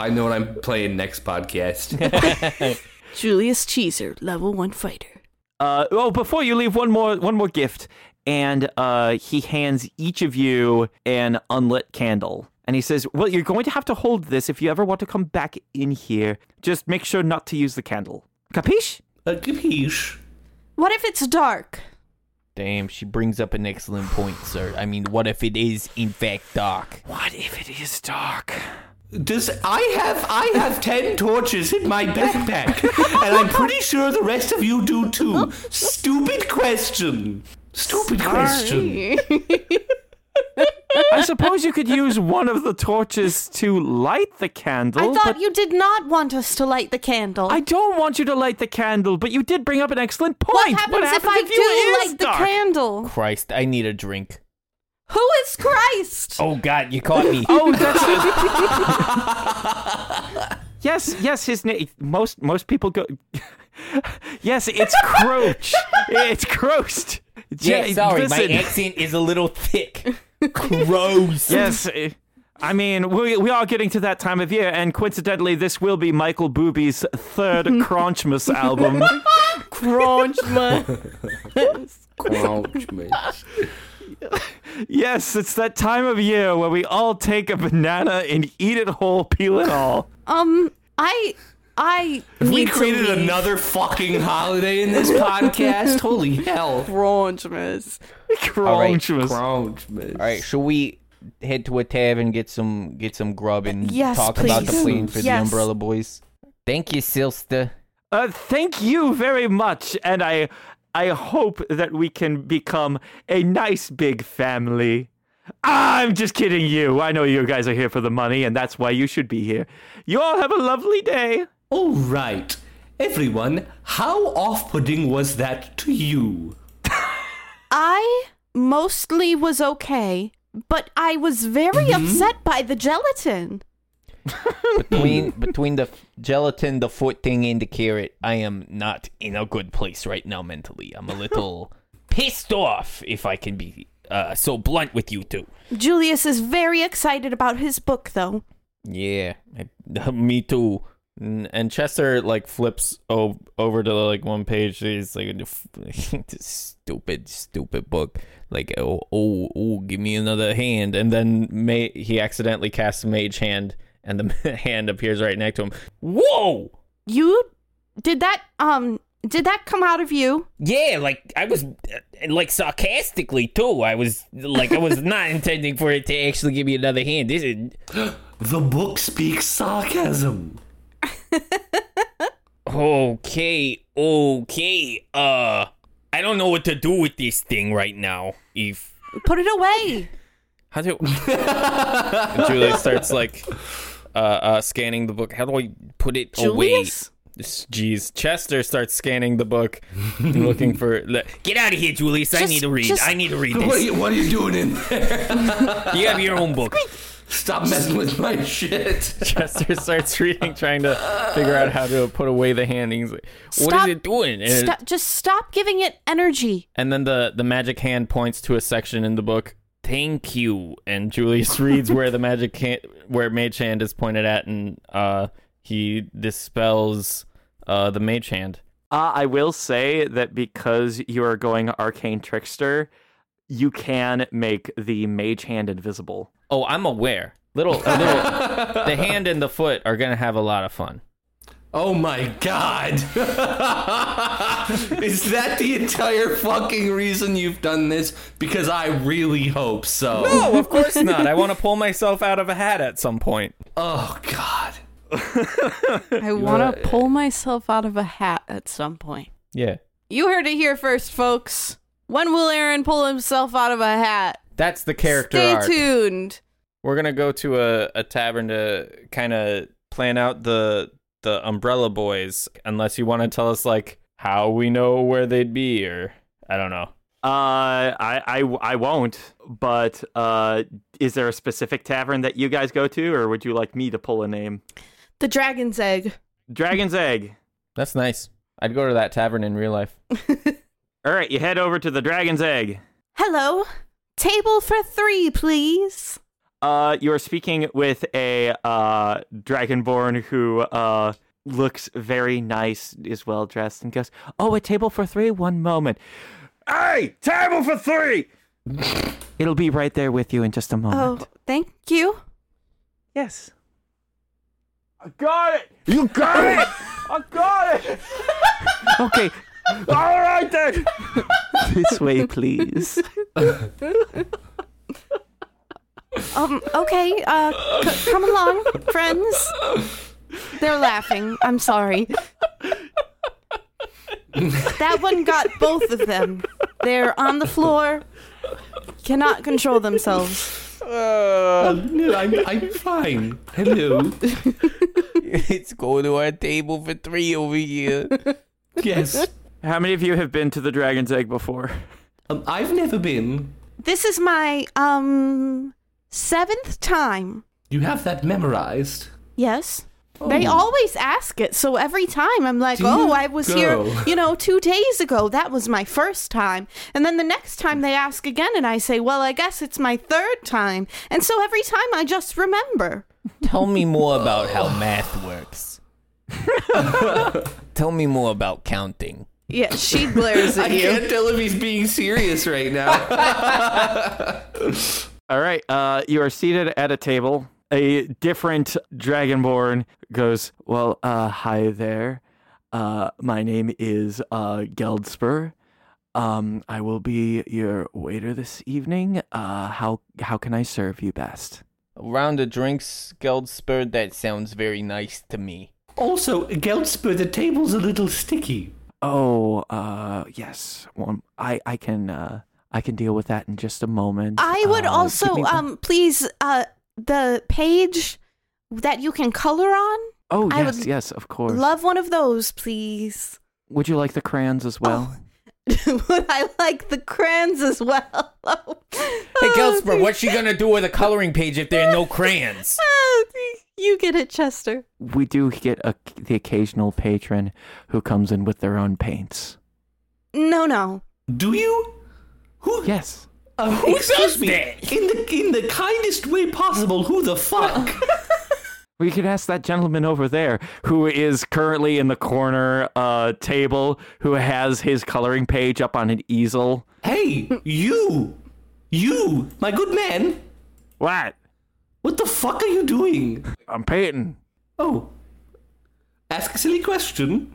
Speaker 6: I know what I'm playing
Speaker 2: [LAUGHS]
Speaker 6: next podcast. Uh,
Speaker 12: Julius Cheeser, level one fighter.
Speaker 2: uh, oh, before you leave, one more one more gift, and uh, he hands each of you an unlit candle. And he says, Well, you're going to have to hold this if you ever want to come back in here. Just make sure not to use the candle. Capiche?
Speaker 5: A capiche.
Speaker 4: What if it's dark?
Speaker 3: Damn, she brings up an excellent point, sir. I mean, what if it is in fact dark?
Speaker 2: What if it is dark?
Speaker 5: Does I have I have ten torches in my backpack, and I'm pretty sure the rest of you do too. Stupid question. Stupid question.
Speaker 2: I suppose you could use one of the torches to light the candle.
Speaker 4: I thought
Speaker 2: but-
Speaker 4: you did not want us to light the candle.
Speaker 2: I don't want you to light the candle, but you did bring up an excellent point.
Speaker 4: what happens if I
Speaker 2: you- it
Speaker 4: do
Speaker 2: is
Speaker 4: light
Speaker 2: dark?
Speaker 4: the candle?
Speaker 3: Christ, I need a drink.
Speaker 4: Who is Christ?
Speaker 3: Oh god, you caught me.
Speaker 2: Oh, that's Oh,
Speaker 4: [LAUGHS]
Speaker 2: [LAUGHS] yes, yes. His name. Most most people go. [LAUGHS] yes, it's
Speaker 4: [LAUGHS]
Speaker 2: Croach. it's Croaced.
Speaker 3: yeah,
Speaker 2: Je-
Speaker 3: sorry,
Speaker 2: listen.
Speaker 3: my accent is a little thick.
Speaker 4: [LAUGHS]
Speaker 3: Gross.
Speaker 2: Yes. eh, I mean, we, we are getting to that time of year, and coincidentally, this will be Michael Booby's third Crunchmas album.
Speaker 6: Ouch, man.
Speaker 2: Yes, it's that time of year where we all take a banana and eat it whole, peel it all.
Speaker 4: Um, I, I
Speaker 6: we
Speaker 4: need
Speaker 6: created
Speaker 4: to leave.
Speaker 6: another fucking holiday in this podcast. Holy hell.
Speaker 12: Grungemas.
Speaker 3: right,
Speaker 2: Crunchmas.
Speaker 6: Ouch, man.
Speaker 3: All right, should we head to a tavern get some get some grub and
Speaker 4: Yes,
Speaker 3: talk about the
Speaker 4: please.
Speaker 3: plan for the
Speaker 4: Yes.
Speaker 3: Umbrella Boys? Thank you, Silster.
Speaker 2: Uh, thank you very much, and I, I hope that we can become a nice big family. I'm just kidding you. I know you guys are here for the money, and that's why you should be here. You all have a lovely day.
Speaker 5: All right, everyone. How off-putting was that to you?
Speaker 4: I mostly was okay, but I was very upset by the gelatin.
Speaker 3: Between [LAUGHS] between the f- gelatin, the foot thing, and the carrot, I am not in a good place right now mentally. I'm a
Speaker 4: [LAUGHS]
Speaker 3: little pissed off, if I can be uh, so blunt with you two.
Speaker 4: Julius is very excited about his book, though.
Speaker 3: Yeah, [LAUGHS] I- me too. N- And Chester like flips o- over to like one page. He's like, [LAUGHS] this "Stupid, stupid book." Like, oh, oh, oh, give me another hand. And then ma- he accidentally [LAUGHS] casts mage hand, and the hand appears right next to him. Whoa!
Speaker 4: You did that um did that come out of you?
Speaker 3: Yeah, like I was, uh, like sarcastically too. I was like, I was not [LAUGHS] intending for it to actually give me another hand. This is
Speaker 5: The book speaks sarcasm.
Speaker 3: okay, okay. Uh, I don't know what to do with this thing right now. If
Speaker 4: Put it away.
Speaker 11: How [LAUGHS] do? And Julius starts like uh, uh, scanning the book. How do I put it
Speaker 4: Julius?
Speaker 11: away? S- Jeez, Chester starts scanning the book, and looking [LAUGHS] for. le-
Speaker 3: get out of here, Julius, I
Speaker 4: Just-
Speaker 3: need to read.
Speaker 4: just-
Speaker 3: I need to read
Speaker 6: What are
Speaker 3: this.
Speaker 6: you, what are you doing in there?
Speaker 3: You have your own book.
Speaker 6: Stop messing with my shit.
Speaker 11: [LAUGHS] Chester starts reading, trying to figure out how to put away the hand. He's like, "What
Speaker 4: Stop-
Speaker 11: is it doing?" And,
Speaker 4: Stop, just stop giving it energy.
Speaker 11: and then the the magic hand points to a section in the book. Thank you. And Julius [LAUGHS] reads where the magic hand, where mage hand is pointed at, and uh, he dispels uh, the mage hand.
Speaker 2: [LAUGHS] Uh, I will say that because you are going arcane trickster, you can make the mage hand invisible.
Speaker 11: Oh, I'm aware. Little, a [LAUGHS] little the hand and the foot are gonna have a lot of fun.
Speaker 6: Oh my
Speaker 5: [LAUGHS]
Speaker 6: god. Is that the entire fucking reason you've done this? Because I really hope so.
Speaker 11: Oh, of course not. I want to pull myself out of a hat at some point.
Speaker 6: Oh god.
Speaker 12: I want to pull myself out of a hat at some point.
Speaker 11: Yeah,
Speaker 4: You heard it here first, folks. When will Aaron pull himself out of a hat?
Speaker 11: that's the character
Speaker 4: Stay
Speaker 11: arc.
Speaker 4: tuned.
Speaker 11: We're gonna go to a, a tavern to kind of plan out the the Umbrella Boys. Unless you want to tell us like how we know where they'd be, or I don't know.
Speaker 2: Uh, I, I, I won't. But uh, is there a specific tavern that you guys go to, or would you like me to pull a name?
Speaker 4: The dragon's egg.
Speaker 2: Dragon's Egg.
Speaker 11: That's nice. I'd go to that tavern in
Speaker 3: [LAUGHS]
Speaker 11: real life.
Speaker 2: All right, you head over to the Dragon's Egg.
Speaker 4: Hello. Table for three, please.
Speaker 2: Uh, you are speaking with a uh, dragonborn who uh, looks very nice, is well dressed, and goes, "Oh, a table for three. One moment. Hey, table for three. It'll be right there with you in just a moment.
Speaker 4: Oh, thank you.
Speaker 2: Yes. I got it. You got it. I got it. okay. All right then. this way, please.
Speaker 4: Um, okay, uh, c- come along, friends. They're laughing. I'm sorry. that one got both of them. They're on the floor, cannot control themselves.
Speaker 5: Um, No, I'm, I'm fine. Hello.
Speaker 3: Let's go to our table for three over
Speaker 11: [LAUGHS]
Speaker 3: here.
Speaker 5: Yes.
Speaker 2: How many of you have been to the Dragon's Egg before?
Speaker 5: Um, I've never been.
Speaker 4: This is my, um, seventh time.
Speaker 5: You have that memorized.
Speaker 4: Yes. They always ask it, so every time I'm like,
Speaker 5: Do
Speaker 4: "Oh,
Speaker 5: you
Speaker 4: I was
Speaker 5: go?"
Speaker 4: here, you know, two days ago. That was my first time." And then the next time they ask again, and I say, "Well, I guess it's my third time." And so every time I just remember.
Speaker 3: Tell me more about how math [LAUGHS] works. Tell me more about counting.
Speaker 4: Yeah, she glares at
Speaker 6: I
Speaker 4: you.
Speaker 6: can't tell if he's being serious right now.
Speaker 2: All right. Uh, you are seated at a table. A different dragonborn goes, Well, uh, hi there. Uh, my name is uh, Geldspur. Um, I will be your waiter this evening. Uh, how how can I serve you best?
Speaker 3: A round of drinks, Geldspur, that sounds very nice to me.
Speaker 5: [LAUGHS] Also, Geldspur, the table's a little sticky.
Speaker 2: Oh, uh, yes. Well, I I can uh, I can deal with that in just a moment.
Speaker 4: I would
Speaker 2: Uh, give
Speaker 4: also
Speaker 2: me one-
Speaker 4: um please uh the page that you can color on.
Speaker 2: oh
Speaker 4: I
Speaker 2: yes,
Speaker 4: would
Speaker 2: yes, of course.
Speaker 4: Love one of those, please.
Speaker 2: would you like the crayons
Speaker 4: Oh,
Speaker 2: as well?
Speaker 4: [LAUGHS] Would I like the crayons as well? [LAUGHS]
Speaker 3: Hey,
Speaker 4: Oh,
Speaker 3: Geldspur, what's she gonna do with a coloring page if there are no
Speaker 4: [LAUGHS]
Speaker 3: crayons?
Speaker 4: oh, You get it, Chester.
Speaker 2: we do get a, the occasional patron who comes in with their own paints.
Speaker 4: No, no.
Speaker 5: Do you? Who?
Speaker 2: Yes.
Speaker 5: Um, excuse me. In the in the kindest way possible. Who the fuck?
Speaker 2: We could ask that gentleman over there who is currently in the corner uh, table who has his coloring page up on an easel.
Speaker 5: hey, you, you, my good man.
Speaker 2: What?
Speaker 5: What the fuck are you doing?
Speaker 2: I'm painting.
Speaker 5: Oh, ask a silly question.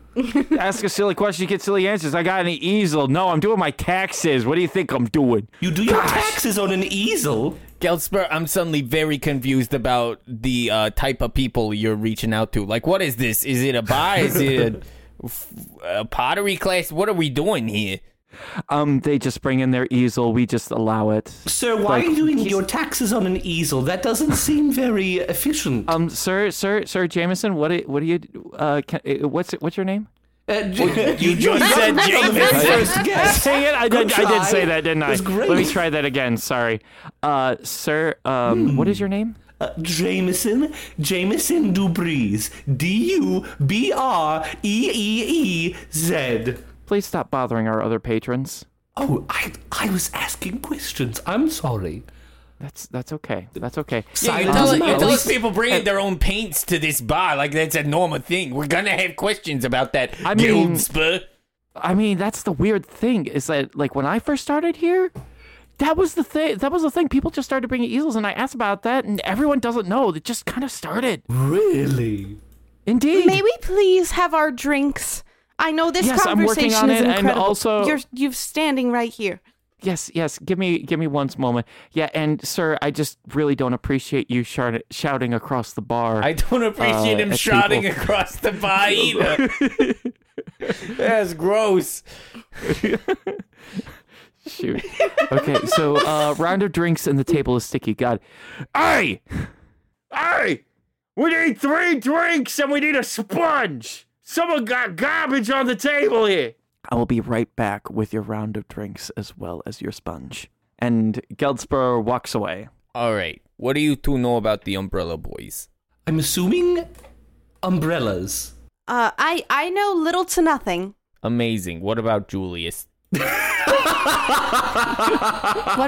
Speaker 2: Ask a silly question, you get silly answers. I got an easel. No, I'm doing my taxes. What do you think I'm doing?
Speaker 5: You do your taxes on an easel.
Speaker 3: Gelspur, I'm suddenly very confused about the uh, type of people you're reaching out to. Like, what is this? Is it a bar? Is it a, f- a pottery class? What are we doing here?
Speaker 2: Um, they just bring in their easel. We just allow it.
Speaker 5: Sir, why are you doing your taxes on an easel? That doesn't seem very
Speaker 3: Uh,
Speaker 5: efficient.
Speaker 2: Um, sir, sir, sir, Jameson, what? i- What do you? Uh, can, uh, what's what's your name?
Speaker 5: Uh,
Speaker 3: [LAUGHS]
Speaker 5: j- you
Speaker 3: just said
Speaker 5: on the
Speaker 3: Jameson.
Speaker 5: first guess.
Speaker 2: Dang it! I did, I did say that, didn't I?
Speaker 5: That's great.
Speaker 2: Let me try that again. Sorry. Uh, sir,
Speaker 5: Hmm.
Speaker 2: um, what is your name?
Speaker 5: Uh, Jameson, Jameson Dubreeze, D U B R E E E Z.
Speaker 2: Please stop bothering our other patrons.
Speaker 5: Oh, I I was asking questions. I'm sorry.
Speaker 2: That's that's okay. That's okay.
Speaker 3: Yeah, you're
Speaker 5: Silence
Speaker 3: telling,
Speaker 5: mouse.
Speaker 3: you're telling people bringing their own paints to this bar. Like, that's a normal thing. We're going to have questions about that,
Speaker 2: I mean-
Speaker 3: Gelspur.
Speaker 2: I mean, that's the weird thing is that like when I first started here, that was the thing. That was the thing. People just started bringing easels, and I asked about that, and everyone doesn't know. It just kind of started.
Speaker 5: Really?
Speaker 2: Indeed.
Speaker 4: May we please have our drinks? I know this
Speaker 2: Yes, I'm working
Speaker 4: conversation
Speaker 2: on
Speaker 4: is
Speaker 2: it, and
Speaker 4: incredible.
Speaker 2: also-
Speaker 4: you're you're standing right here.
Speaker 2: Yes, yes. Give me, give me one moment. Yeah, and sir, I just really don't appreciate you shart- shouting across the bar.
Speaker 3: I don't appreciate
Speaker 2: Uh,
Speaker 3: him
Speaker 2: at
Speaker 3: shouting
Speaker 2: people.
Speaker 3: across the bar either. [LAUGHS] that's gross.
Speaker 2: Shoot. Okay, so uh, round of drinks and the table is sticky. God. Hey! Hey! We need three drinks and we need a sponge! Someone got garbage on the table here! I will be right back with your round of drinks as well as your sponge. And Geldspur walks away.
Speaker 3: All right. What do you two know about the Umbrella Boys?
Speaker 5: I'm assuming umbrellas.
Speaker 4: Uh, I I know little
Speaker 3: [LAUGHS]
Speaker 4: to nothing.
Speaker 3: Amazing. What about Julius?
Speaker 4: What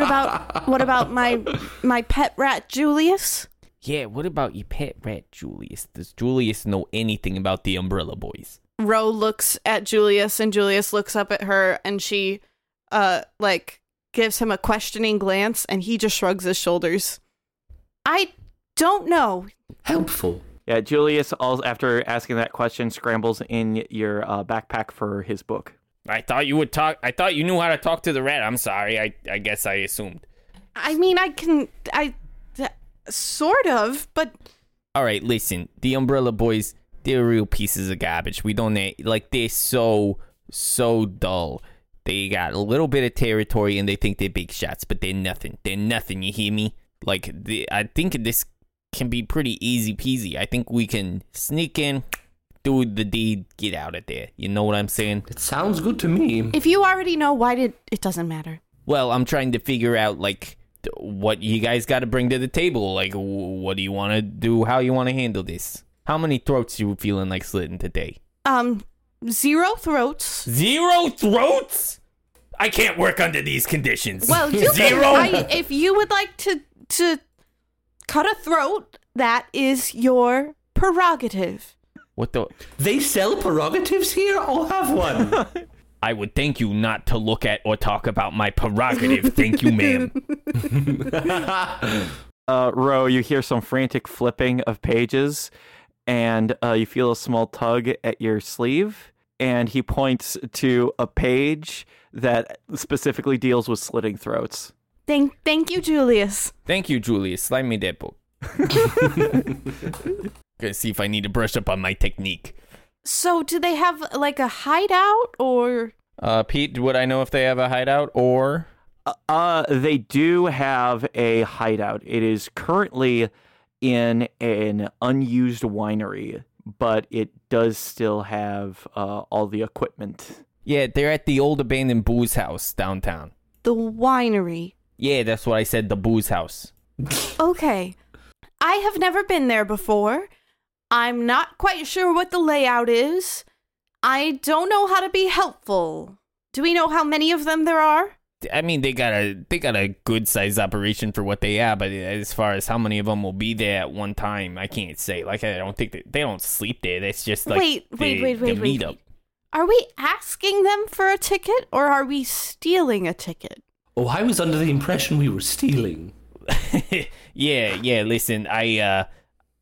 Speaker 4: about what about my my pet rat Julius?
Speaker 3: Yeah, what about your pet rat, Julius? Does Julius know anything about the Umbrella Boys?
Speaker 12: Ro looks at Julius and Julius looks up at her and she uh like gives him a questioning glance and he just shrugs his shoulders.
Speaker 4: I don't know.
Speaker 5: Helpful.
Speaker 2: Yeah, Julius, all, after asking that question, scrambles in your uh, backpack for his book.
Speaker 3: I thought you would talk. I thought you knew how to talk to the rat. I'm sorry. I, I guess I assumed.
Speaker 4: I mean, I can I th- sort of, but
Speaker 3: All right, listen. The Umbrella Boys, they're real pieces of garbage. We don't need- like they're so so dull. They got a little bit of territory and they think they're big shots, but they're nothing. They're nothing. You hear me? Like the, I think this can be pretty easy peasy. I think we can sneak in, do the deed, get out of there. You know what I'm saying?
Speaker 5: It sounds good to me.
Speaker 4: if you already know, why did it doesn't matter.
Speaker 3: Well, I'm trying to figure out like th- what you guys got to bring to the table. Like, w- what do you want to do? How you want to handle this? How many throats you feeling like slitting today?
Speaker 4: Um, zero throats.
Speaker 3: Zero throats? I can't work under these conditions.
Speaker 4: Well, you
Speaker 3: zero.
Speaker 4: Can, I, if you would like to to cut a throat, that is your prerogative.
Speaker 3: what the?
Speaker 5: They sell prerogatives here? I'll have one.
Speaker 3: I would thank you not to look at or talk about my prerogative. thank you,
Speaker 4: [LAUGHS]
Speaker 3: ma'am.
Speaker 2: uh, row, you hear some frantic flipping of pages, and uh, you feel a small tug at your sleeve. And he points to a page that specifically deals with slitting throats.
Speaker 4: Thank, thank you, Julius.
Speaker 3: Thank you, Julius. Slide me that
Speaker 4: [LAUGHS]
Speaker 3: book. Gonna see if I need to brush up on my technique.
Speaker 4: So, do they have like a hideout or?
Speaker 3: Uh, Pete, would I know if they have a hideout or?
Speaker 2: Uh, they do have a hideout. It is currently in an unused winery, but it does still have uh, all the equipment.
Speaker 3: Yeah, they're at the old abandoned booze house downtown.
Speaker 4: The winery.
Speaker 3: Yeah, that's what I said, the booze house.
Speaker 4: Okay, I have never been there before. I'm not quite sure what the layout is. I don't know how to be helpful. Do we know how many of them there are?
Speaker 3: I mean, they got a they got a good sized operation for what they are, but as far as how many of them will be there at one time, I can't say. Like, I don't think they, they don't sleep there. That's just like
Speaker 4: Wait,
Speaker 3: the,
Speaker 4: wait, wait,
Speaker 3: the
Speaker 4: wait, wait,
Speaker 3: meetup.
Speaker 4: wait. Are we asking them for a ticket or are we stealing a ticket?
Speaker 5: oh, I was under the impression we were stealing. [GASPS]
Speaker 3: [LAUGHS] yeah, yeah. Listen, I uh,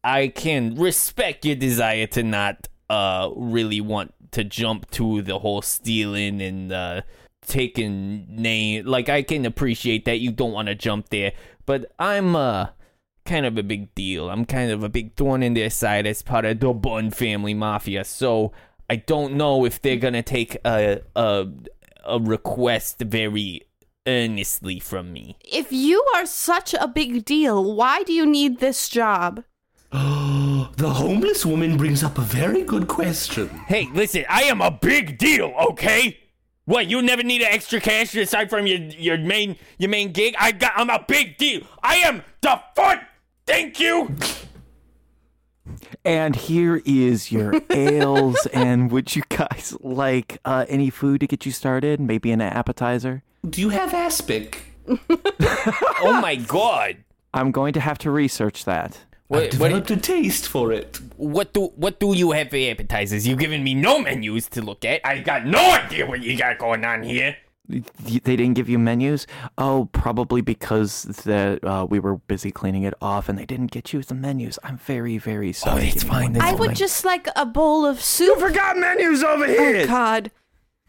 Speaker 3: I can respect your desire to not uh really want to jump to the whole stealing and uh, taking name. Like I can appreciate that you don't want to jump there, but I'm uh kind of a big deal. I'm kind of a big thorn in their side as part of the Bun family mafia. So I don't know if they're gonna take a a a request very earnestly from me.
Speaker 4: If you are such a big deal, why do you need this job?
Speaker 5: The homeless woman brings up a very good question.
Speaker 3: Hey, listen, I am a big deal, okay? What, you never need extra cash aside from your your main your main gig? I got I'm a big deal. I am the foot! Thank you!
Speaker 2: And here is
Speaker 3: [LAUGHS]
Speaker 2: your ales. And would you guys like uh, any food to get you started? Maybe an appetizer?
Speaker 6: Do you have aspic?
Speaker 3: [LAUGHS] Oh my god.
Speaker 2: I'm going to have to research that.
Speaker 3: What, what,
Speaker 5: Developed a taste for it.
Speaker 3: what do what do you have for appetizers? You've given me no menus to look at. I got no idea what you got going on here.
Speaker 2: Y- They didn't give you menus? Oh, probably because the, uh, we were busy cleaning it off and they didn't get you the menus. I'm very, very sorry.
Speaker 3: Oh, it's
Speaker 2: Give me
Speaker 3: fine.
Speaker 2: one
Speaker 3: That's
Speaker 4: I
Speaker 2: moment.
Speaker 4: would just like a bowl of soup.
Speaker 2: forgot menus over here!
Speaker 4: Oh, God.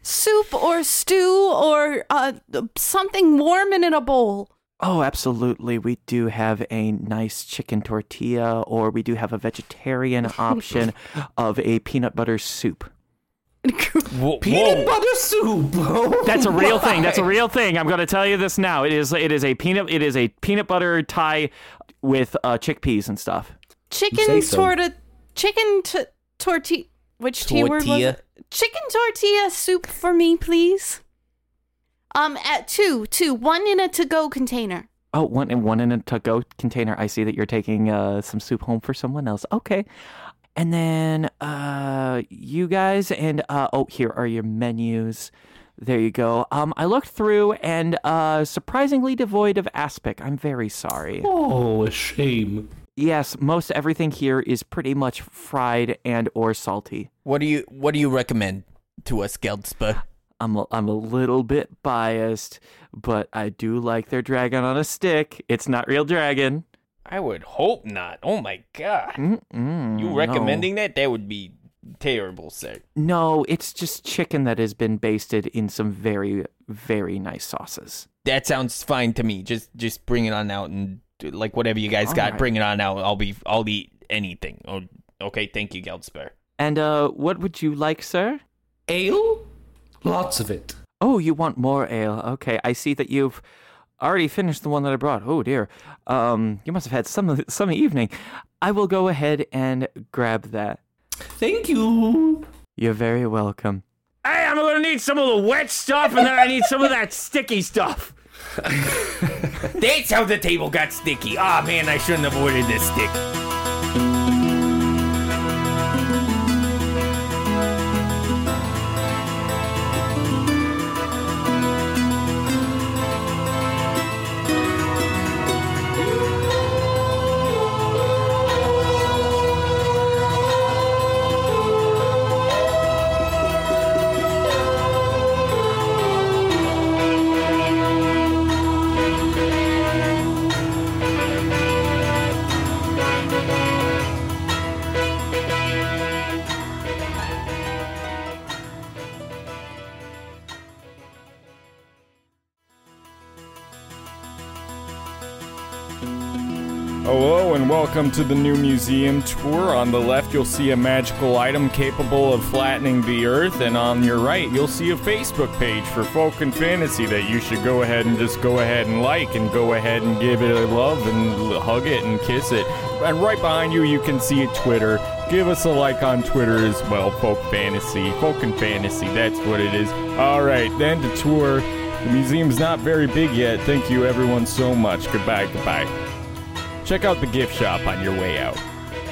Speaker 4: Soup or stew or uh, something warm and in a bowl. [LAUGHS]
Speaker 2: Oh, absolutely. We do have a nice chicken tortilla, or we do have a
Speaker 3: [LAUGHS]
Speaker 2: vegetarian option of a peanut butter soup.
Speaker 3: Whoa,
Speaker 5: Peanut
Speaker 3: whoa.
Speaker 5: butter soup. [LAUGHS]
Speaker 2: That's a real thing. That's a real thing. I'm going to tell you this now. It is it is a peanut it is a peanut butter tie with uh, chickpeas and stuff.
Speaker 4: Chicken
Speaker 6: so.
Speaker 4: sort of. Chicken t- tortilla. Which T word was
Speaker 3: Tortilla.
Speaker 4: it? Chicken tortilla soup for me, please. Um, at two, two, one in a to-go container.
Speaker 2: Oh, one and one in a to-go container. I see that you're taking uh, some soup home for someone else. Okay. And then uh, you guys and uh, oh, here are your menus. There you go. Um, I looked through and uh, surprisingly devoid of aspic. I'm very sorry.
Speaker 5: Oh, a shame.
Speaker 2: Yes, most everything here is pretty much fried and or salty.
Speaker 3: What do you what do you recommend to us, Geldspur?
Speaker 2: I'm a, I'm a little bit biased, but I do like their dragon on a stick. It's not real dragon.
Speaker 3: I would hope not. Oh my god.
Speaker 2: Mm-mm,
Speaker 3: You
Speaker 2: Mm, no.
Speaker 3: recommending that? That would be terrible, sir.
Speaker 2: No, it's just chicken that has been basted in some very very nice sauces.
Speaker 3: That sounds fine to me. Just just bring it on out and do, like whatever you guys
Speaker 2: All
Speaker 3: got,
Speaker 2: right.
Speaker 3: bring it on out. I'll be I'll eat anything. Oh, okay, thank you, Geldspur.
Speaker 2: And uh, what would you like, sir?
Speaker 6: Ale? Lots of it.
Speaker 2: Oh, you want more ale? Okay, I see that you've already finished the one that I brought. Oh dear, um, you must have had some of- some evening. I will go ahead and grab that.
Speaker 5: Thank you.
Speaker 2: You're very welcome.
Speaker 11: Hey, I'm gonna need some of the wet stuff, and then I need some of that sticky stuff.
Speaker 3: [LAUGHS] That's how the table got sticky. Ah man, I shouldn't have ordered this stick.
Speaker 11: Hello and welcome to the new museum tour. On the left, you'll see a magical item capable of flattening the earth, and on your right, you'll see a Facebook page for folk and fantasy that you should go ahead and just go ahead and like, and go ahead and give it a love, and l- hug it, and kiss it. And right behind you, you can see a Twitter. Give us a like on Twitter as well, folk fantasy, folk and fantasy. That's what it is. All right, then to tour. The museum's not very big yet. Thank you, everyone, so much. Goodbye, goodbye. Check out the gift shop on your way out.